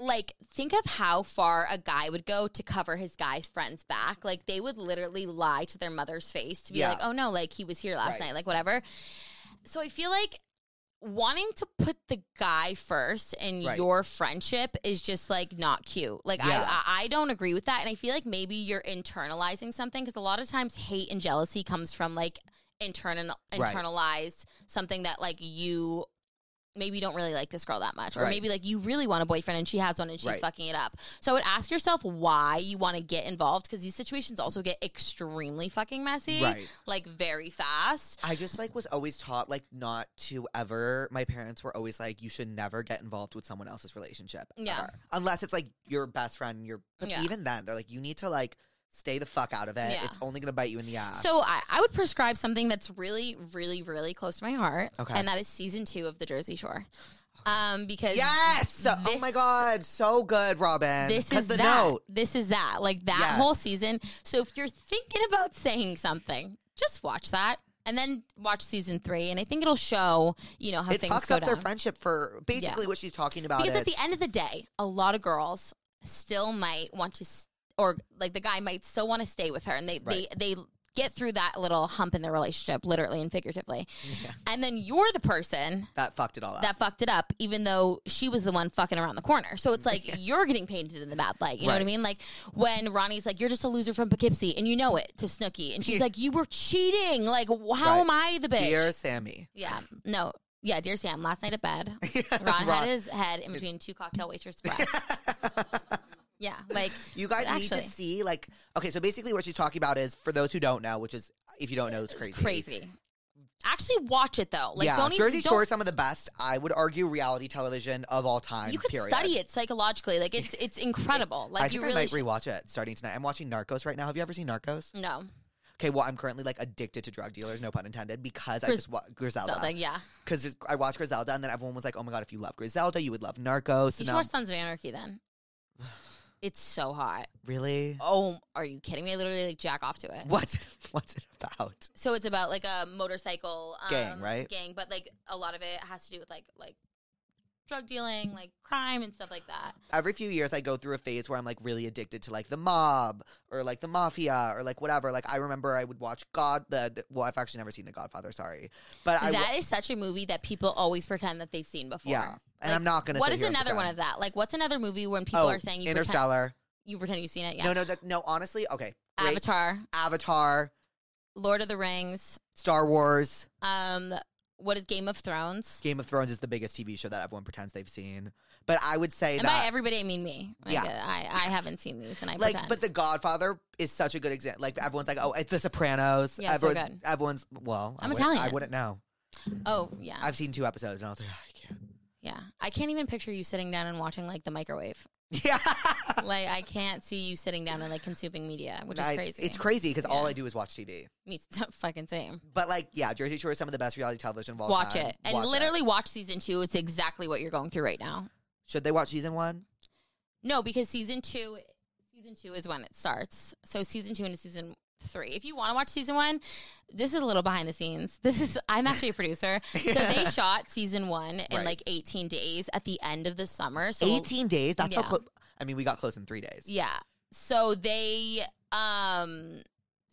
like, think of how far a guy would go to cover his guy's friend's back. Like, they would literally lie to their mother's face to be Yeah. like, "Oh no, like he was here last Right. night, like whatever." So I feel like wanting to put the guy first in Right. your friendship is just like not cute. Like Yeah. I, I I don't agree with that, and I feel like maybe you're internalizing something because a lot of times hate and jealousy comes from like internal Right. internalized something that like you maybe you don't really like this girl that much or Right. maybe like you really want a boyfriend and she has one and she's Right. fucking it up so i would ask yourself why you want to get involved because these situations also get extremely fucking messy Right. like very fast I just like was always taught like not to ever. My parents were always like, you should never get involved with someone else's relationship. Yeah. ever. Unless it's like your best friend. and Your but Yeah. even then, they're like, you need to like stay the fuck out of it. Yeah. It's only gonna bite you in the ass. So I, I would prescribe something that's really, really, really close to my heart. Okay. And that is season two of the Jersey Shore. Um, because yes. oh my this- god, so good, Robin. This 'Cause is the that. note. This is that. Like that Yes. whole season. So if you're thinking about saying something, just watch that. And then watch season three, and I think it'll show you know how It things fucks go up down. their friendship for basically what she's talking about. Because at is- the end of the day, a lot of girls still might want to, s- or like the guy might still want to stay with her, and they Right. they they get through that little hump in their relationship, literally and figuratively. And then you're the person (laughs) that fucked it all up. that fucked it up, even though she was the one fucking around the corner. So (laughs) it's like you're getting painted in the bad light. You know what I Right. mean? Like when Ronnie's like, "You're just a loser from Poughkeepsie," and you know it to Snooki, and she's like, "You were cheating. Like, wh- how Right. am I the bitch?" Dear Sammy. (laughs) Yeah. No. Yeah, dear Sam, last night at bed, Ron, Ron. had his head in between two cocktail (laughs) waitress breasts. yeah, like You guys But need actually- to see like okay, so basically what she's talking about is for those who don't know, which is if you don't know, it's crazy. crazy. Actually, watch it though. Like, yeah, don't Jersey even, don't, Shore is some of the best, I would argue, reality television of all time. You could period. study it psychologically. Like, it's (laughs) it's incredible. Like, I think you I really Mm. might should- rewatch it starting tonight. I'm watching Narcos right now. Have you ever seen Narcos? no Okay, well, I'm currently like addicted to drug dealers, no pun intended, because I Gris- just watched Griselda. something. Yeah, Because I watched Griselda, and then everyone was like, "Oh my god, if you love Griselda, you would love Narcos." you And (sighs) should now- watch Sons of Anarchy then. It's so hot. Really? Oh, are you kidding me? I literally like jack off to it. What's it, (laughs) what's it about? So it's about like a motorcycle um, Gang, right? Gang, but like a lot of it has to do with like like drug dealing, like crime and stuff like that. Every few years, I go through a phase where I'm like really addicted to like the mob or like the mafia or like whatever. Like I remember I would watch God. The, the- well, I've actually never seen The Godfather. Sorry, but I That is w- such a movie that people always pretend that they've seen before. yeah, and Like, I'm not gonna. What sit is here and another one pretend. of that? Like, what's another movie when people Oh, are saying you pretend Interstellar? you pretend you've seen it? Yeah. No, no, that, no. Honestly, okay. Great. Avatar, Avatar, Lord of the Rings. Star Wars, Um, what is Game of Thrones? Game of Thrones is the biggest TV show that everyone pretends they've seen. But I would say and that by everybody, I mean me. Like, uh, uh, Yeah. I, I haven't seen these, and I like pretend. but the godfather is such a good example like everyone's like oh it's the sopranos Yeah, so Everyone- good. everyone's well I I'm wouldn't- i Italian. wouldn't know oh yeah, i've seen two episodes and i was like "Ah, yeah. I can't even picture you sitting down and watching like the microwave. (laughs) i can't yeah like I can't see you sitting down and like consuming media, (laughs) which I- is crazy. it's crazy because all Yeah. i do is watch tv Me (laughs) fucking same. but like yeah jersey shore is some of the best reality television of all Watch time. it and Watch literally watch season two. It's exactly what you're going through right now. should they watch season one No, because season two, season two is when it starts. So season two into season three. If you want to watch season one, this is a little behind the scenes. This is I'm actually a producer, so (laughs) they shot season one in Right. like 18 days at the end of the summer. So 18 days that's how yeah. close i mean we got close in three days yeah, so they um.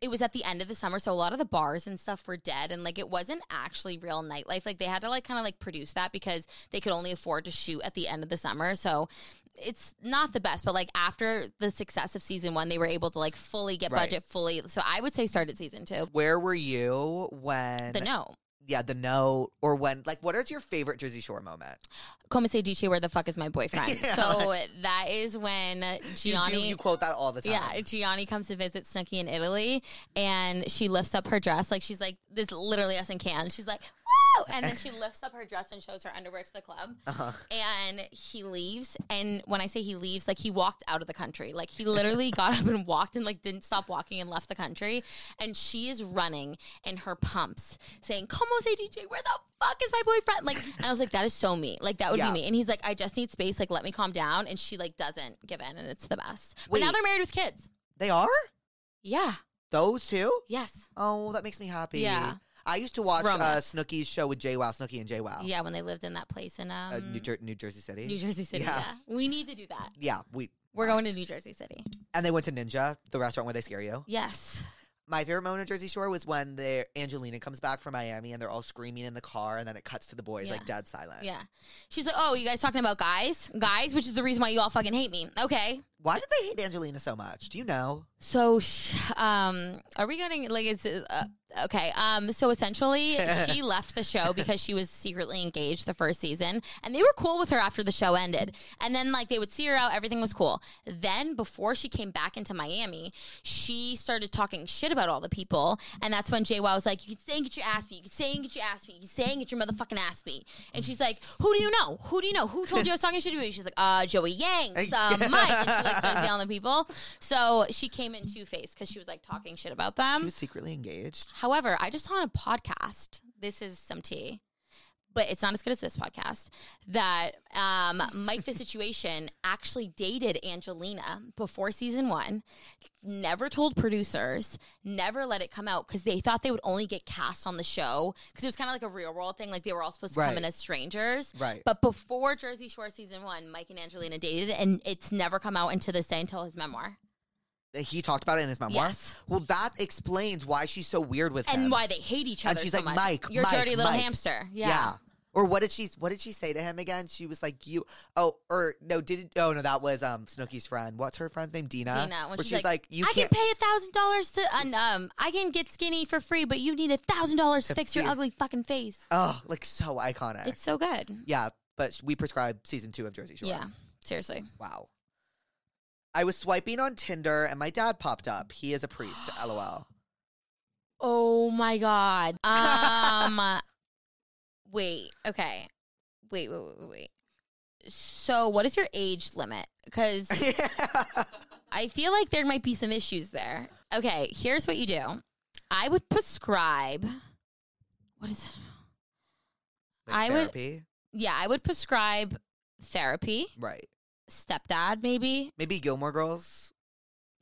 It was at the end of the summer, so a lot of the bars and stuff were dead, and like it wasn't actually real nightlife. Like they had to like kind of like produce that because they could only afford to shoot at the end of the summer. So it's not the best, but like after the success of season one, they were able to like fully get Right. budget fully. So I would say start at season two. where were you when The no. yeah the note or when like what is your favorite jersey shore moment Come say DJ, where the fuck is my boyfriend? (laughs) Yeah, so that is when You do- Gianni. you, quote that all the time yeah, Gianni comes to visit Snooki in Italy, and she lifts up her dress like she's like this. is Literally, us in Cannes, she's like, "Woo!" And (laughs) then she lifts up her dress and shows her underwear to the club. uh-huh. and he leaves and when i say he leaves like he walked out of the country like he (laughs) literally got up and walked and like didn't stop walking and left the country and she is running in her pumps saying como se dj where the fuck is my boyfriend like and i was like that is so me like that would Yeah. be me and he's like i just need space like let me calm down and she like doesn't give in and it's the best but now Wait. they're married with kids they are yeah Those two? yes Oh, that makes me happy. Yeah. I used to watch uh, romance. Snooki's show with Jay Wow, Snooki and Jay Wow. yeah when they lived in that place in um, Oh. Uh, New, Jer- New Jersey City. New jersey city Yeah. yeah. we need to do (laughs) that yeah, we. we're going to must. new jersey city And they went to Ninja, the restaurant where they scare you. yes My favorite moment of Jersey Shore was when they Angelina comes back from Miami and they're all screaming in the car, and then it cuts to the boys like dead silent. Yeah. She's like, oh, you guys talking about guys? Guys, which is the reason why you all fucking hate me. Okay. Why did they hate Angelina so much? Do you know? So, sh- um, are we getting, like, it's, uh, okay. Um, so essentially, she left the show because she was secretly engaged the first season and they were cool with her after the show ended. And then, like, they would see her out, everything was cool. Then, before she came back into Miami, she started talking shit about all the people. And that's when JY was like, You can stay and get your ass beat. You can stay and get your ass beat. You can stay and get your motherfucking ass beat. And she's like, Who do you know? Who do you know? Who told you I was talking shit about you? She's like, Uh, Joey Yang, uh, Mike. And she like started down the people. So she came in two faced because she was like talking shit about them. She was secretly engaged. However, I just saw on a podcast, this is some tea, but it's not as good as this podcast, that um, Mike (laughs) the Situation actually dated Angelina before season one, never told producers, never let it come out because they thought they would only get cast on the show because it was kind of like a real world thing. Like they were all supposed to Right. come in as strangers. Right. But before Jersey Shore season one, Mike and Angelina dated, and it's never come out into this day until his memoir. He talked about it in his memoir. Yes. Well, that explains why she's so weird with him. And why they hate each other. And she's so like, much. "Mike, you're a Mike, dirty little Mike." hamster. Yeah. Or what did she what did she say to him again? She was like, You oh or no, did oh no, that was um Snooki's friend. What's her friend's name? Dina. Dina, Where when she's she's like, like, You I can't can pay a thousand dollars to uh, um I can get skinny for free, but you need a thousand dollars to fix your feed- ugly fucking face. Oh, like so iconic. It's so good. yeah, but we prescribe season two of Jersey Shore. Yeah, seriously. Wow. I was swiping on Tinder and my dad popped up. He is a priest, lol. Oh my god. (laughs) Um, wait. Okay. Wait. Wait. Wait. Wait. wait. So, what is your age limit? (laughs) Because I feel like there might be some issues there. Okay, here's what you do. I would prescribe. What is it? Like I would- therapy. Yeah, I would prescribe therapy. Right. stepdad, maybe. Maybe Gilmore Girls. (laughs)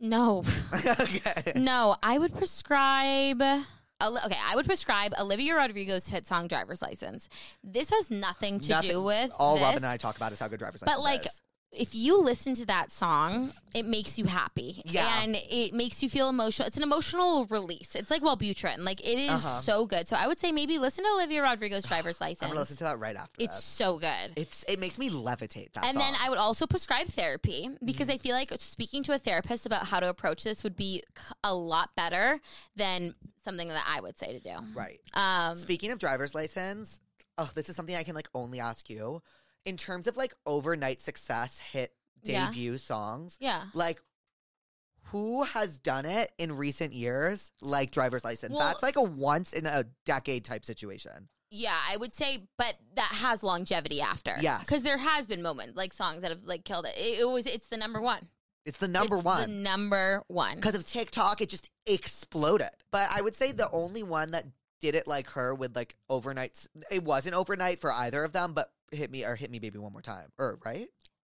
No, (laughs) okay. no, I would prescribe. Oli- Okay, I would prescribe Olivia Rodrigo's hit song "Driver's License." This has nothing to Nothing- do with All this. Rob and I talk about is how good driver's But, license like, is. If you listen to that song, it makes you happy, Yeah. and it makes you feel emotional. It's an emotional release. It's like Wellbutrin. Like it is Uh-huh. so good. So I would say maybe listen to Olivia Rodrigo's (sighs) "Driver's I'm License." gonna listen to that right after. it's this. so good. it's it makes me levitate. That and song. then I would also prescribe therapy because Mm-hmm. I feel like speaking to a therapist about how to approach this would be c- a lot better than something that I would say to do. right. Um, Speaking of driver's license, oh, this is something I can like only ask you. In terms of like overnight success hit Yeah. debut songs, yeah. like who has done it in recent years? Like driver's license. Well- That's like a once in a decade type situation. Yeah, I would say, but that has longevity after. Yes. Because there has been moments, like songs that have like killed it. It, it was, it's the number one. It's the number It's The one. number one. Because of TikTok, it just exploded. But I would say the only one that did it like her with like overnights, it wasn't overnight for either of them, but hit me or hit me baby one more time. Or right?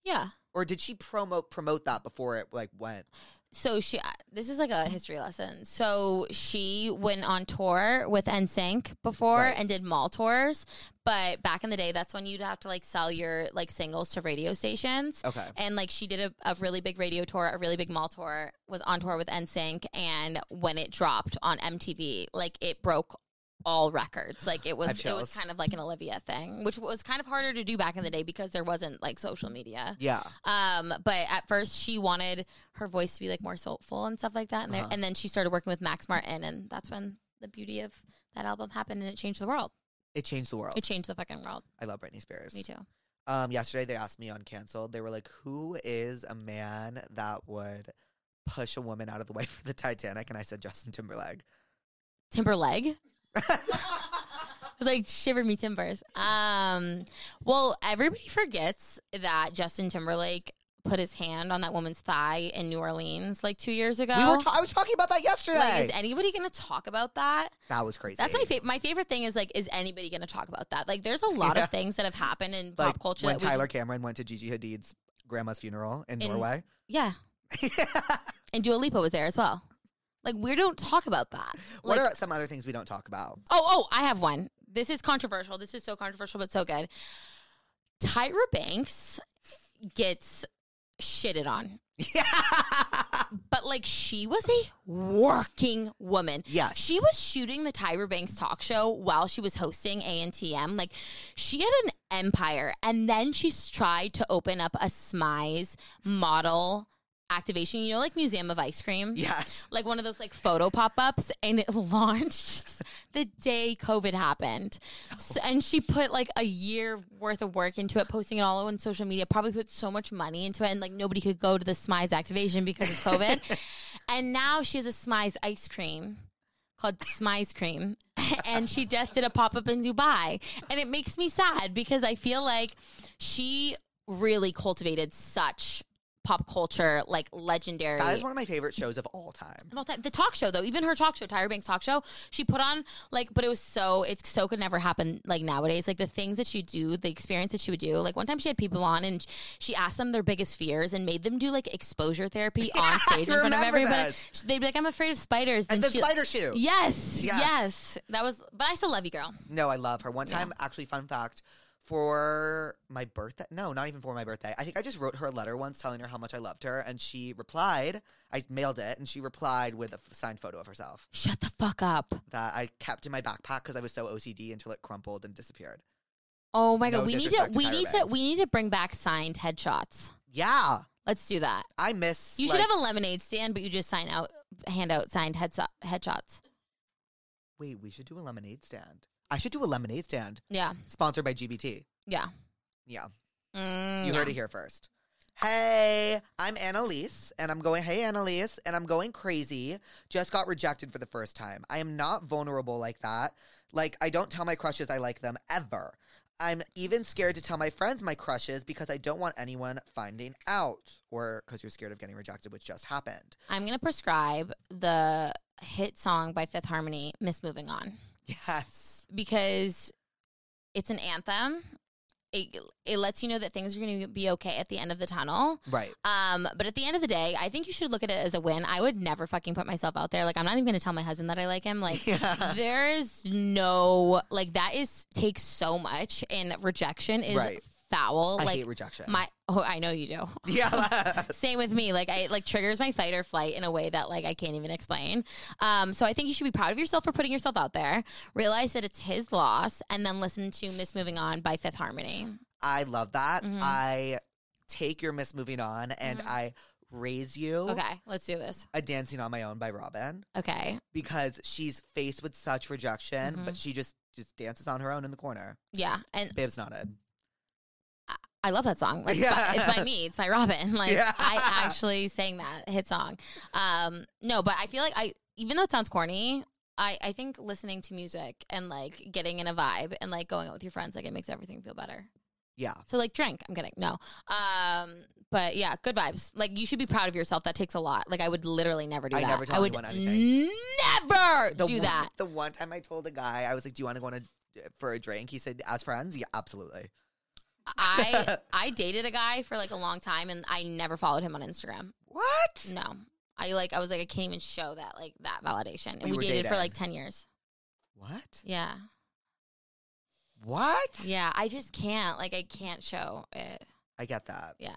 Yeah. Or did she promote promote that before it like went? So she, uh, this is like a history lesson. So she went on tour with NSYNC before Right. and did mall tours. But back in the day, that's when you'd have to like sell your like singles to radio stations. Okay. And like she did a, a really big radio tour, a really big mall tour, was on tour with NSYNC. And when it dropped on MTV, like it broke all records. Like it was, it was chills. kind of like an Olivia thing, which was kind of harder to do back in the day because there wasn't like social media. Yeah. Um, but at first she wanted her voice to be like more soulful and stuff like that, and, there, Uh-huh. and then she started working with Max Martin, and that's when the beauty of that album happened, and it changed the world. It changed the world. It changed the fucking world. I love Britney Spears. Me too. Um, yesterday they asked me on canceled. They were like, "Who is a man that would push a woman out of the way for the Titanic?" And I said Justin Timberlake. (laughs) Timberleg. It was like shiver me timbers. Um, well, everybody forgets that Justin Timberlake put his hand on that woman's thigh in New Orleans like two years ago. We were. ta- I was talking about that yesterday. like, is anybody going to talk about that? that was crazy. That's my favorite. My favorite thing is like, is anybody going to talk about that? Like, there's a lot Yeah. of things that have happened in Like pop culture. when that we Tyler Cameron went to Gigi Hadid's grandma's funeral in, In- Norway. (laughs) can- yeah, and Dua Lipa was there as well. Like, we don't talk about that. what Like, are some other things we don't talk about? (laughs) oh, oh, I have one. This is controversial. This is so controversial, but so good. Tyra Banks gets shitted on, but like, she was a working woman. Yes. She was shooting the Tyra Banks talk show while she was hosting ANTM. Like she had an empire and then she's tried to open up a Smize model activation, you know like Museum of Ice Cream? Yes. Like one of those like photo pop-ups and it (laughs) launched the day COVID happened. So, and she put like a year worth of work into it, posting it all on social media, probably put so much money into it and like nobody could go to the Smize activation because of (laughs) COVID. And now she has a Smize ice cream called Smize Cream. (laughs) and she just did a pop up in Dubai. And it makes me sad because I feel like she really cultivated such pop culture, like legendary. That is one of my favorite shows of all time. About that- The talk show, though, even her talk show, Tyra Banks' talk show, she put on like, but it was so it so could never happen like nowadays. Like the things that she do, the experience that she would do. Like one time she had people on and she asked them their biggest fears and made them do like (laughs) exposure therapy on stage in front of remember everybody. this. She- They'd be like, "I'm afraid of spiders," And Then the she- spider shoe. Yes, Yes. yes, That was, but I still love you, girl. No, I love her. One time, actually, fun fact for my birthday. No, not even for my birthday. I think I just wrote her a letter once telling her how much I loved her, and she replied. I mailed it, and she replied with a f- signed photo of herself Shut the fuck up. that I kept in my backpack because I was so OCD until it crumpled and disappeared. Oh my No god, we need to, disrespect to we Tyra need to, Banks. we need to bring back signed headshots. Yeah, Let's do that. I miss. You like- should have a lemonade stand, but you just sign out, hand out signed headso- headshots. Wait, we should do a lemonade stand. I should do a lemonade stand Yeah, sponsored by GBT. yeah. Yeah, Mm, you yeah. heard it here first. Hey, I'm Annalise, and I'm going, hey, Annalise, and I'm going crazy. Just got rejected for the first time. I am not vulnerable like that. Like, I don't tell my crushes I like them ever. I'm even scared to tell my friends my crushes because I don't want anyone finding out or because you're scared of getting rejected, which just happened. (laughs) I'm gonna prescribe the hit song by Fifth Harmony, "Miss Moving On," Yes. because it's an anthem. it, it lets you know that things are going to be okay at the end of the tunnel. Right. Um, but at the end of the day, I think you should look at it as a win. I would never fucking put myself out there. Like, I'm not even going to tell my husband that I like him. (laughs) Like, there is no like that is takes so much, and rejection is Right. foul. I like hate rejection. my oh, I know you do. (laughs) yeah. Same with me. Like I it, like triggers my fight or flight in a way that like I can't even explain. Um, so I think you should be proud of yourself for putting yourself out there. Realize that it's his loss, and then listen to Miss Moving On by Fifth Harmony. I love that. Mhm. I take your Miss Moving On and Mhm. I raise you Okay, let's do this. a Dancing on My Own by Robin Okay, because she's faced with such rejection, but Mhm. she just just dances on her own in the corner. yeah, and Babes nodded. I love that song. Like, Yeah. it's, by, it's by me. It's by (laughs) Robin. Like Yeah. I actually sang that hit song. Um, no, but I feel like I, even though it sounds corny, I, I think listening to music and like getting in a vibe and like going out with your friends, like it makes everything feel better. Yeah. So like drink. I'm kidding. No. Um, but yeah, good vibes. Like you should be proud of yourself. That takes a lot. Like I would literally never do I that. never tell I would anyone anything. never The do one, that. The one time I told a guy, I was like, "Do you want to go on a, for a drink?" He said, "As friends, yeah, absolutely." (laughs) I I dated a guy for like a long time and I never followed him on Instagram. What? No. I like I was like I can't even show that like that validation. And You we were dated for dating. like 10 years. What? Yeah. What? Yeah, I just can't. Like I can't show it. I get that. Yeah.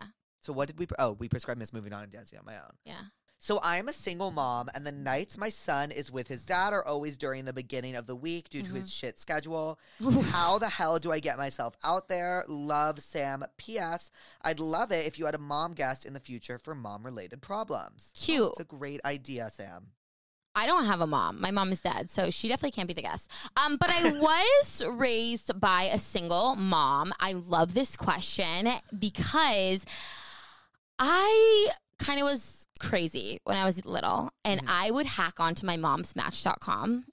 So what did we? Pre- oh, we prescribed Miss Moving On and Dancing on My Own. Yeah. (laughs) So I am a single mom, and the nights my son is with his dad are always during the beginning of the week due to his Mm-hmm. shit schedule. How the hell do I get myself out there? Love, Sam. P.S. I'd love it if you had a mom guest in the future for mom-related problems. Cute. It's a great idea, Sam. I don't have a mom. My mom is dead, so she definitely can't be the guest. Um, but (laughs) I was raised by a single mom. I love this question because I kind of was crazy when I was little, and I would hack onto my mom's Match.com, and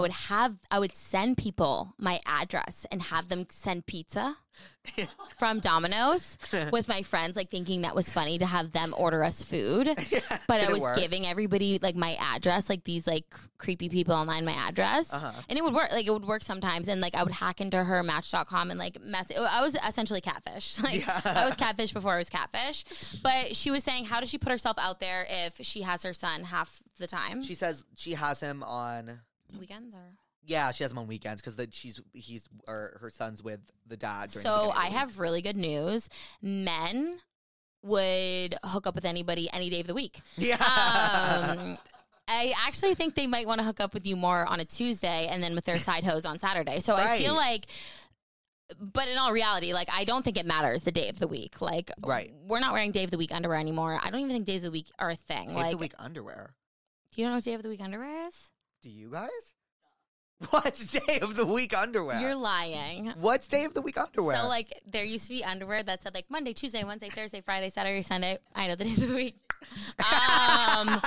Mm-hmm. Aw. would have I would send people my address and have them (laughs) send pizza. From Domino's with my friends, like thinking that was funny to have them order (laughs) us food. But Did I it was work? giving everybody like my address, like these like c- creepy people online my address. Uh-huh. And it would work. Like it would work sometimes. And like I would hack into her match.com and like mess. oh, I was essentially catfish. (laughs) Like Yeah. I was catfish before I was catfish. But she was saying, how does she put herself out there if she has her son half the time? She says she has him on. Weekends or. Yeah, she has him on weekends because she's he's or her son's with the dad. During the So beginning of the I week. have really good news. Men would hook up with anybody any day of the week. (laughs) Yeah. Um, I actually think they might want to hook up with you more on a Tuesday and then with their side hose on Saturday. So I feel like, but in all reality, like I don't think it matters the day of the week. Like, Right. we're not wearing day of the week underwear anymore. I don't even think days of the week are a thing. Take like, the week underwear. do you know what day of the week underwear is? Do you guys? What's (laughs) day of the week underwear? You're lying. What's day of the week underwear? (laughs) So like there used to be underwear that said like Monday, Tuesday, Wednesday, Thursday, Friday, Saturday, Sunday. I know the days of the (laughs) week. Um,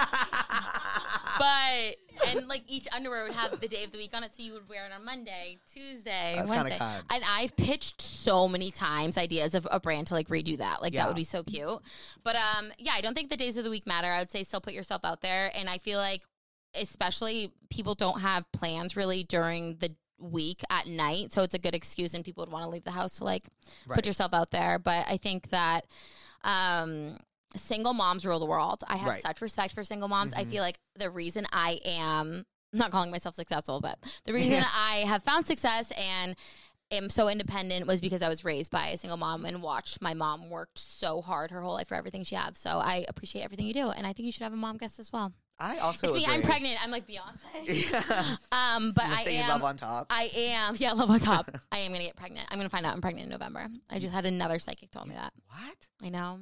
but and like each underwear would have the day of the week on it, so you would wear it on Monday, Tuesday, That's kinda Wednesday. kind. And I've pitched so many times ideas of a brand to like redo that. Like Yeah. that would be so cute. But um, yeah, I don't think the days of the week matter. I would say still put yourself out there, and I feel like especially people don't have plans really during the week at night so it's a good excuse and people would want to leave the house to like Right. put yourself out there but i think that um single moms rule the world i have Right. such respect for single moms i Mhm. feel like the reason i am I'm not calling myself successful but the reason i have found success and am so independent was because i was raised by a single mom and watched my mom worked so hard her whole life for everything she had so i appreciate everything you do and i think you should have a mom guest as well I also it's me. I'm agree. pregnant. I'm like Beyonce. (laughs) Yeah. Um, but You I say you am. love on top. I am. (laughs) Yeah, love on top. I am gonna get pregnant. I'm gonna find out I'm pregnant in November. I just had another psychic told me that. what? I know.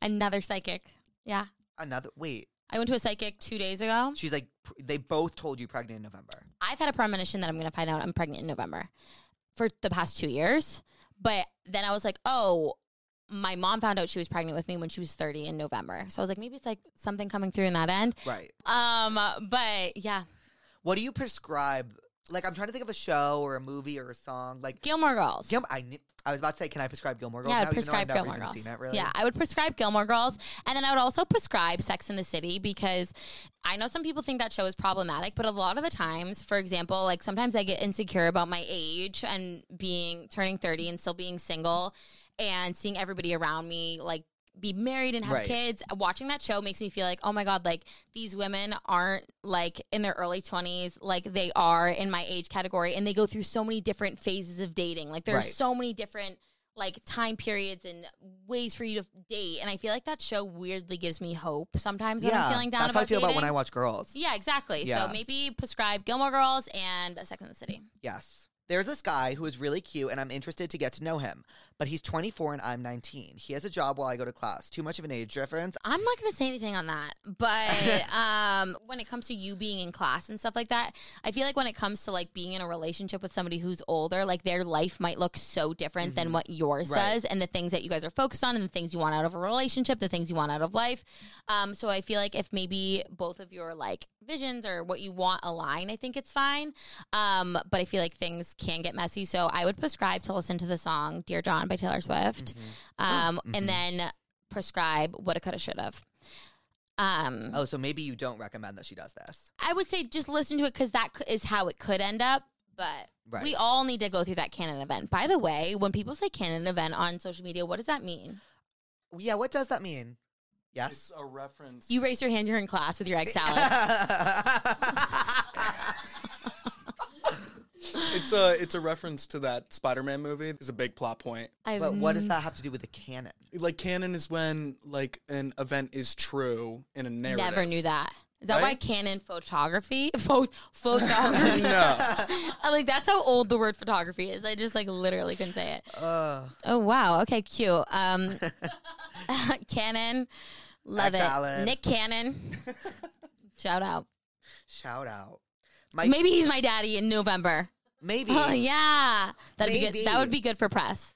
Another psychic. Yeah. Another wait. I went to a psychic two days ago. She's like pr- they both told you pregnant in (sighs) November. I've had a premonition that I'm gonna find out I'm pregnant in November for the past two years. But then I was like, oh, my mom found out she was pregnant with me when she was 30 in November. So I was like, maybe it's like something coming through in that end. Right. Um, but yeah, What do you prescribe like I'm trying to think of a show or a movie or a song. Like Gilmore Girls. Gilmore, I knew, I was about to say, can I prescribe Gilmore Girls? yeah, I now, would prescribe even though I've never Gilmore even Girls. Seen it, really? Yeah, I would prescribe Gilmore Girls, and then I would also prescribe Sex in the City because I know some people think that show is problematic, but a lot of the times, for example, like sometimes I get insecure about my age and being turning thirty and still being single, and seeing everybody around me like be married and have Right. kids. Watching that show makes me feel like, oh my god, like these women aren't like in their early twenties, like they are in my age category, and they go through so many different phases of dating. Like there are Right. so many different like time periods and ways for you to date. And I feel like that show weirdly gives me hope sometimes when I'm feeling down that's about how I feel dating. about when I watch Girls. yeah, exactly. Yeah. So maybe prescribe Gilmore Girls and Sex in the City. Yes. There's this guy who is really cute and I'm interested to get to know him, but he's 24 and I'm 19. He has a job while I go to class. Too much of an age difference. I'm not going to say anything on that, but um, when it comes to you being in class and stuff like that, I feel like when it comes to like being in a relationship with somebody who's older, like their life might look so different than what yours Right. does, and the things that you guys are focused on, and the things you want out of a relationship, the things you want out of life. Um, so I feel like if maybe both of your like visions or what you want align, I think it's fine. Um, but I feel like things can get messy, so I would prescribe to listen to the song "Dear John" by Taylor Swift, um, Mm-hmm. and then prescribe what it could have should have. Um, Oh, so maybe you don't recommend that she does this. I would say just listen to it because that c- is how it could end up. But Right. we all need to go through that canon event. By the way, when people say canon event on social media, what does that mean? Yeah, what does that mean? Yes. It's a reference. You raise your hand. You're in class with your (laughs) egg salad. It's a it's a reference to that Spider-Man movie. It's a big plot point. I've but what does that have to do with the canon? Like canon is when like an event is true in a narrative. never knew that. Is that why Right? canon photography? (laughs) Pho- photography. (laughs) (laughs) No. I like that's how old the word photography is. I just like literally couldn't say it. Uh, Oh wow. Okay, cute. (laughs) Um (laughs) Cannon. Love That's it. Alan. Nick Cannon. (laughs) Shout out. shout out. My, maybe. Maybe he's my daddy in November. (laughs) Oh yeah. That'd be Maybe. good. That would be good for press.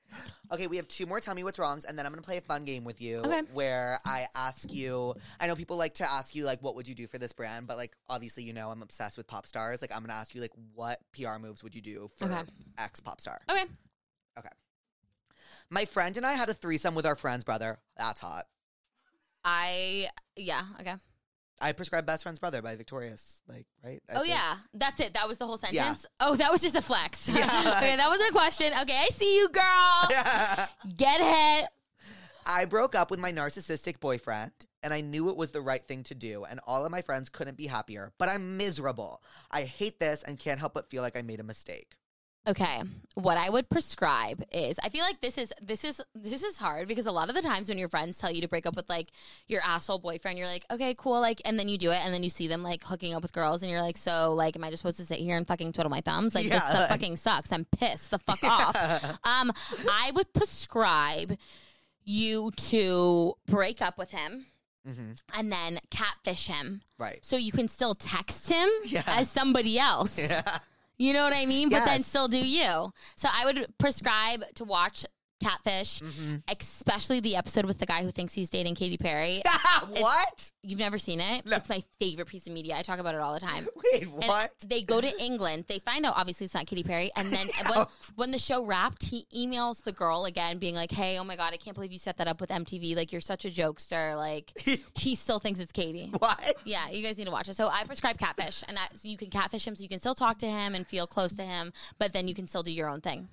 Okay, we have two more tell me what's wrongs, and then I'm gonna play a fun game with you Okay. where I ask you. I know people like to ask you like, what would you do for this brand? But like, obviously, you know, I'm obsessed with pop stars. Like, I'm gonna ask you like, what PR moves would you do for Okay. X pop star? Okay. My friend and I had a threesome with our friend's brother. That's hot. I yeah, okay. I prescribed Best Friend's Brother by Victorious. Like, right? I oh feel- (laughs) yeah. That's it. That was the whole Yeah. sentence. Oh, that was just a (laughs) flex. Yeah, like- (laughs) okay, that wasn't a question. Okay, I see (laughs) you, girl. Get it. I broke up with my narcissistic boyfriend and I knew it was the right thing to do, and all of my friends couldn't be happier, but I'm miserable. I hate this and can't help but feel like I made a (laughs) mistake. (laughs) Okay. What I would prescribe is I feel like this is this is this is hard because a lot of the times when your friends tell you to break up with like your asshole boyfriend, you're like, okay, cool, like and then you do it and then you see them like hooking up with girls and you're like, so like am I just supposed to sit here and fucking twiddle my thumbs? Like Yeah, this stuff like- fucking sucks. I'm pissed the fuck off. Um I would prescribe you to break up with him hmm and then catfish him Right. so you can still text him (laughs) Yeah. as (laughs) somebody else. You know what I mean? But then Yes. still do you. So I would prescribe to watch Catfish, Mm-hmm. especially the episode with the guy who thinks he's dating Katy (laughs) Perry. what? You've never seen it? No. It's my favorite piece of media. I talk about it all the time. Wait, And what? They go to England. They find out obviously it's not Katy Perry. And (laughs) then Oh. when, when the show wrapped, he emails the girl again, being like, "Hey, oh my god, I can't believe you set that up with MTV. Like you're such a jokester. (laughs) Like she still thinks it's Katy." what? Yeah, you guys need to watch it. So I prescribe catfish, and I, so you can catfish him, so you can still talk to him and feel close to him, but then you can still do your own thing.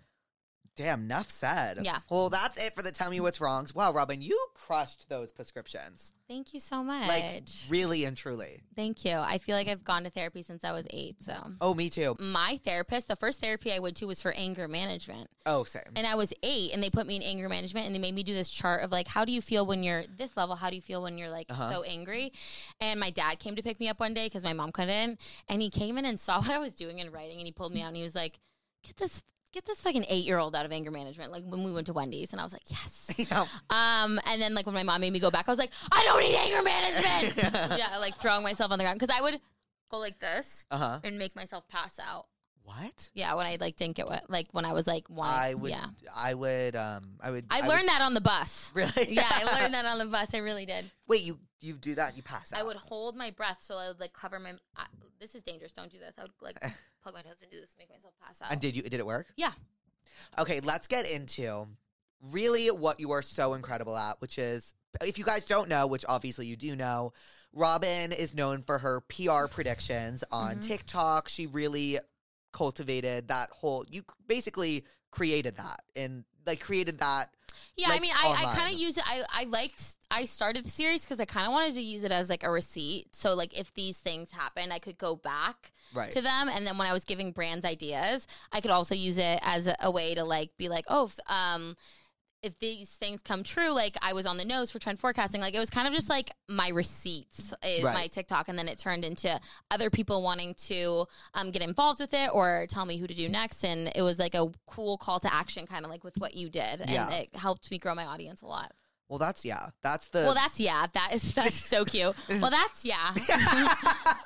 Damn, enough said. Yeah. Well, that's it for the Tell Me What's Wrongs. Wow, Robin, you crushed those prescriptions. Thank you so much. Like, really and truly. Thank you. I feel like I've gone to therapy since I was eight. So Oh, me too. my therapist, the first therapy I went to was for anger management, Oh, same. and I was eight, and they put me in anger management, and they made me do this chart of like, how do you feel when you're this level? How do you feel when you're like Uh-huh. so angry? And my dad came to pick me up one day because my mom couldn't, and he came in and saw (laughs) what I was doing and writing, and he pulled me out, and he was like, get this. Get this fucking eight year old out of anger management. Like when we went to Wendy's, and I was like, (laughs) yes. (laughs) Yeah. Um, and then like when my mom made me go back, I was like, I don't need (laughs) anger management. yeah, like throwing myself on the ground because I would go like this Uh huh. and make myself pass out. What? Yeah, when I like didn't get what like when I was like one. I would. Yeah, I would. Um. I would. I, would- learned that on the (laughs) bus. (laughs) really. yeah, I learned that on the bus. I really did. Wait, you you do that? You pass out. (laughs) I would hold my breath so I would like cover my. I, this is dangerous. Don't do this. I would like plug my nose and do this, make myself pass out. And did you did it work? yeah. Okay, let's get into really what you are so incredible at, which is if you guys don't know, which obviously you do know, Robin is known for her PR predictions on Mhm. TikTok. She really cultivated that whole you basically created that and like created that Yeah, like, I mean, I, I online. kind of use it. I, I liked, I started the series because I kind of wanted to use it as like a receipt. So, like, if these things happen, I could go back right. to them. And then when I was giving brands ideas, I could also use it as a, a way to like be like, oh, if, um, if these things come true, like I was on the nose for trend forecasting, like it was kind of just like my receipts, is Right. my TikTok, and then it turned into other people wanting to um, get involved with it or tell me who to do next, and it was like a cool call to action, kind of like with what you did, Yeah. and it helped me grow my audience a lot. well, that's yeah. That's the well, that's yeah, that (laughs) is that's so cute. Well, that's yeah.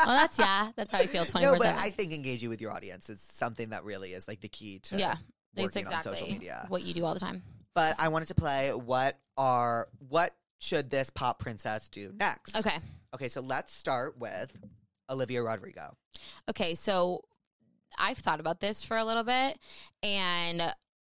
well, that's yeah. That's how I feel. (laughs) Twenty No, four but seven. I think engaging with your audience is something that really is like the key to Yeah, that's working exactly on social media. what you do all the time. But I wanted to play what are what should this pop princess do next? Okay. Okay, so let's start with Olivia Rodrigo. Okay, so I've thought about this for a little bit and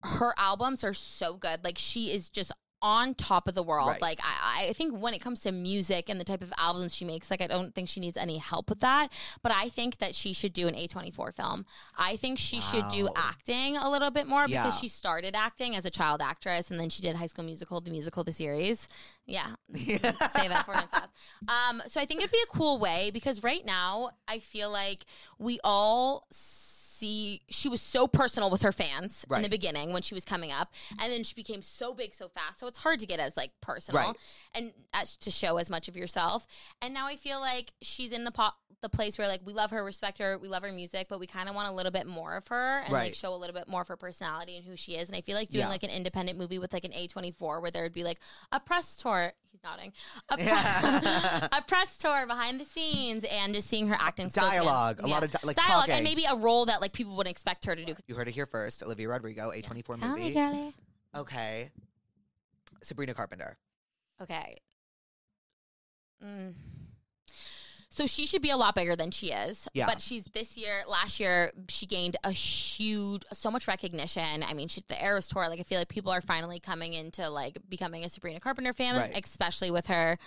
her albums are so good. Like she is just on top of the world. Right. Like I, I think when it comes to music and the type of albums she makes, like I don't think she needs any help with that. But I think that she should do an A twenty four film. I think she should do Wow. acting a little bit more Yeah. because she started acting as a child actress and then she did High School Musical, the musical, the series. Yeah, (laughs) say that for in class. Um, so I think it'd be a cool way because right now I feel like we all see she was so personal with her fans in Right. the beginning when she was coming up, and then she became so big so fast. So it's hard to get as like personal Right. and as, to show as much of yourself. And now I feel like she's in the po- the place where like we love her, respect her, we love her music, but we kind of want a little bit more of her and Right. like show a little bit more of her personality and who she is. And I feel like doing Yeah. like an independent movie with like an A twenty four where there would be like a press tour. He's nodding. (laughs) A, pre- (laughs) Yeah. a press tour behind the scenes and just seeing her acting skills and- Dialogue, a yeah. lot of di- like dialogue talking. and maybe a role that like people wouldn't expect her to do. you heard it here first. Olivia Rodrigo, A twenty four Tell me, movie. girlie. Okay, Sabrina Carpenter. Okay. Mm. So she should be a lot bigger than she is. Yeah. But she's this year, last year, she gained a huge, so much recognition. I mean, she's the Eras Tour. Like, I feel like people are finally coming into like becoming a Sabrina Carpenter fan, Right. especially with her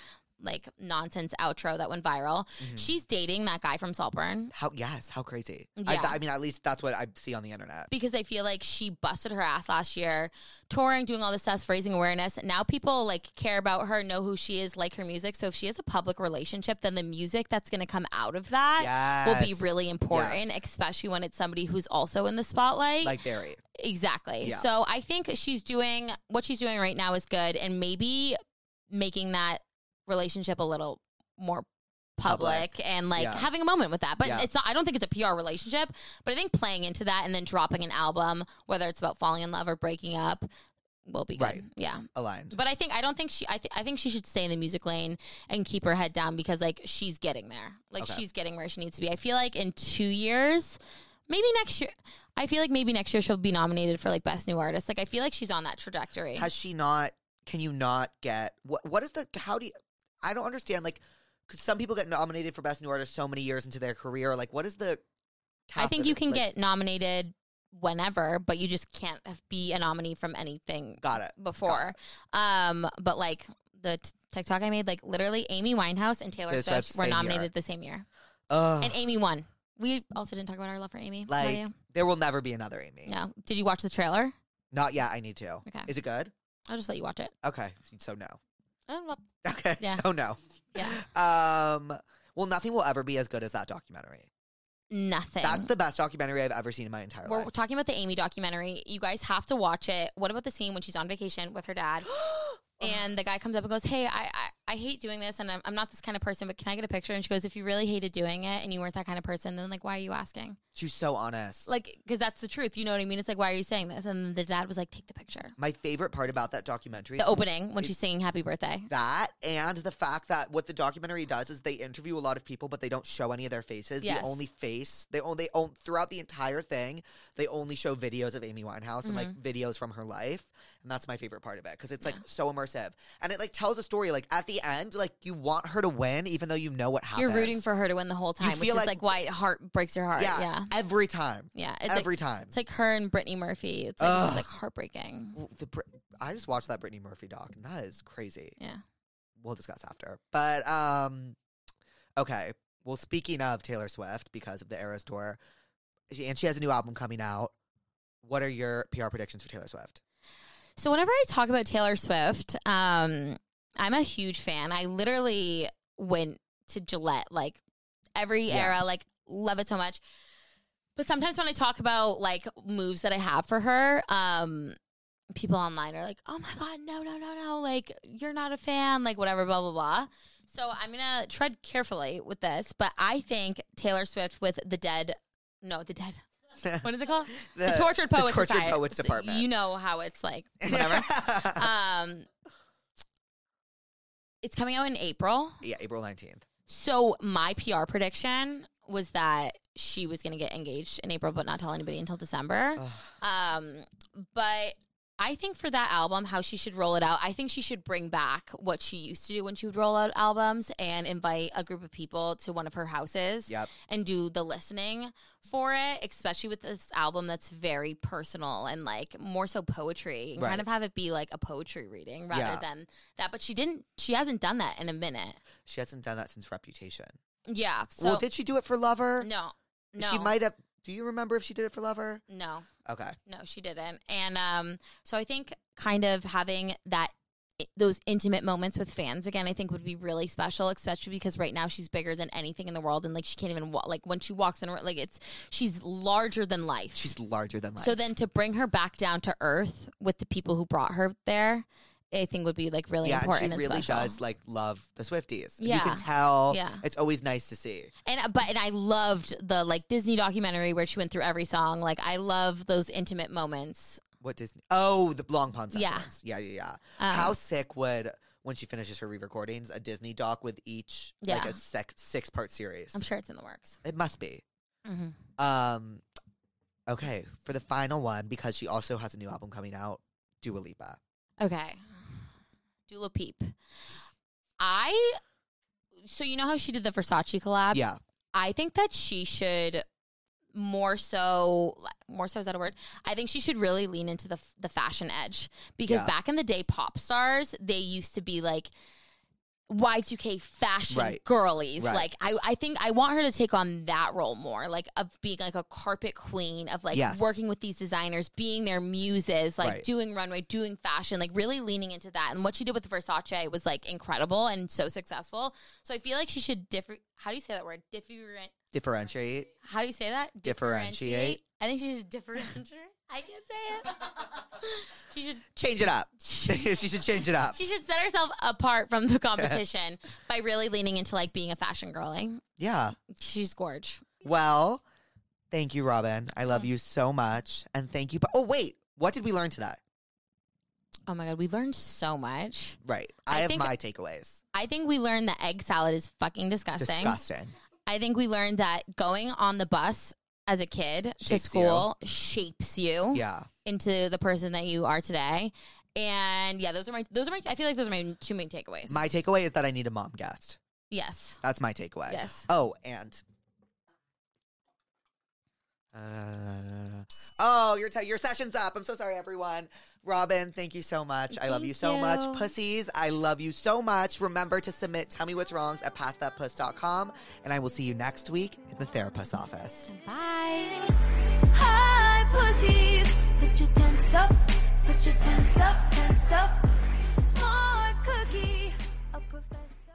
like nonsense outro that went viral. Mhm. She's dating that guy from Saltburn. How yes, how crazy. I, Yeah. I mean, at least that's what I see on the internet. because I feel like she busted her ass last year, touring, doing all this stuff, raising awareness. Now people like care about her, know who she is, like her music. So if she has a public relationship, then the music that's going to come out of that Yes, will be really important, Yes. especially when it's somebody who's also in the spotlight. like Barry. exactly. Yeah. So I think she's doing what she's doing right now is good, and maybe making that relationship a little more. Public, Public. and like Yeah. having a moment with that, but Yeah. it's not. I don't think it's a PR relationship. But I think playing into that and then dropping an album, whether it's about falling in love or breaking up, will be good. Right. Yeah. Aligned. But I think I don't think she. I, th- I think she should stay in the music lane and keep her head down because like she's getting there. Like Okay. she's getting where she needs to be. I feel like in two years, maybe next year. I feel like maybe next year she'll be nominated for like best new artist. Like I feel like she's on that trajectory. Has she not? Can you not get what? What is the? How do you? I don't understand. Like, 'cause some people get nominated for best new artist so many years into their career. Like, what is the? I think you catheter- can like- get nominated whenever, but you just can't have- be a nominee from anything Got it. before. Um, but like the t- TikTok I made, like literally Amy Winehouse and Taylor Taylor Swift, Swift, were same year. nominated the same year, Ugh. and Amy won. We also didn't talk about our love for Amy. How do Like, you? there will never be another Amy. no. Did you watch the trailer? Not yet. I need to. Okay. Is it good? I'll just let you watch it. Okay. So no. (laughs) Oh, well, Okay. Yeah. So no. (laughs) yeah, Um. Well, nothing will ever be as good as that documentary. nothing. That's the best documentary I've ever seen in my entire we're life. talking about the Amy documentary. You guys have to watch it. What about the scene when she's on vacation with her (gasps) dad? and the guy comes up and goes, "Hey, I, I, I hate doing this, and I'm, I'm not this kind of person, but can I get a picture?" And she goes, "If you really hated doing it, and you weren't that kind of person, then like, why are you asking? She's so honest. Like, because that's the truth. You know what I mean? It's like, why are you saying this?" And the dad was like, "Take the picture." my favorite part about that documentary The is opening when she's singing "Happy Birthday." that and the fact that what the documentary does is they interview a lot of people, but they don't show any of their faces. Yes. The only face they only they Mm-hmm. own throughout the entire thing, they only show videos of Amy Winehouse and like videos from her life. And that's my favorite part of it because it's like so immersive. And it like tells a story. Like at the end, like you want her to win, even though you know what happens. You're rooting for her to win the whole time, which feel is like- like why it heart breaks your heart. yeah, Yeah, yeah. every time. It's every like, time. it's like her and Brittany Murphy. It's like, Ugh. it's like heartbreaking. W- the Brit- I just watched that Brittany Murphy doc, and that is crazy. Yeah. We'll discuss after. But um, okay. Well, speaking of Taylor Swift, because of the Eras tour, she, and she has a new album coming out. What are your PR predictions for Taylor Swift? So whenever I talk about Taylor Swift, um, I'm a huge fan. I literally went to Gillette like every Yeah. era, like love it so much. But sometimes when I talk about like moves that I have for her, um, people online are like, "Oh my god, no, no, no, no! Like you're not a fan, like whatever, blah blah blah." So I'm gonna tread carefully with this, but I think Taylor Swift with the dead, no, the dead. (laughs) (laughs) What is it called? the, tortured poets, tortured Society. poets So department. You know how it's like, (laughs) whatever. um, it's coming out in April. yeah, April nineteenth. So my PR prediction was that she was going to get engaged in April, but not tell anybody until December. Um, but I think for that album, how she should roll it out, I think she should bring back what she used to do when she would roll out albums and invite a group of people to one of her houses Yep. and do the listening for it, especially with this album that's very personal and like more so poetry and Right. kind of have it be like a poetry reading rather Yeah. than that. But she didn't, she hasn't done that in a minute. She hasn't done that since Reputation. Yeah. So well, did she do it for Lover? no, no, She might have. Do you remember if she did it for Lover? no, Okay. no, she didn't. And um, so I think kind of having that those intimate moments with fans again, I think would be really special, especially because right now she's bigger than anything in the world, and like she can't even walk. Like when she walks in, like it's she's larger than life. She's larger than life. so then to bring her back down to earth with the people who brought her there, I think would be like really yeah, and important she really special. does like love the Swifties. You Yeah. can tell. Yeah. It's always nice to see. And uh, but and I loved the like Disney documentary where she went through every song. Like I love those intimate moments. What Disney? Oh, the Long Pond Yeah. sessions. Yeah, yeah, yeah. Um, How sick would when she finishes her re-recordings a Disney doc with each like Yeah. a six six part series? I'm sure it's in the works. It must be. Mm-hmm. Um, okay, for the final one because she also has a new album coming out. Dua Lipa. Okay. Dula Peep. I so you know how she did the Versace collab? yeah, I think that she should more so more so is that a word? I think she should really lean into the the fashion edge because Yeah. back in the day pop stars they used to be like Y2K fashion Right. girlies. Right. Like I, I think I want her to take on that role more, like of being like a carpet queen, of like Yes. working with these designers, being their muses, like Right. doing runway, doing fashion, like really leaning into that. And what she did with Versace was like incredible and so successful. So I feel like she should differ how do you say that word? Different differentiate. how do you say that? Differentiate. I think she should differentiate. (laughs) I can't (laughs) say it. she should Change it up. (laughs) she should change it up. she should set herself apart from the (laughs) competition by really leaning into like being a fashion girlie. Yeah. She's gorge. Well, thank you, Robin. I Mm. love you so much, and thank you. But oh wait, what did we learn today? Oh my god, we learned so much. Right, I, I have think- my takeaways. I think we learned that egg salad is fucking disgusting. Disgusting. I think we learned that going on the bus as a kid to Shapes school shapes you Yeah. into the person that you are today. And yeah, those are my those are my I feel like those are my two main takeaways. My takeaway is that I need a mom guest. yes. That's my takeaway. Yes. Oh, and. Uh, oh, your t- your session's up. I'm so sorry, everyone. Robin, thank you so much. I love Thank you so much. you. Pussies, I love you so much. Remember to submit Tell Me What's Wrongs at pastthatpuss.com, and I will see you next week in the therapist's office. Bye. Hi, pussies. Put your tents up. Put your tents up. Tents up. Smart cookie.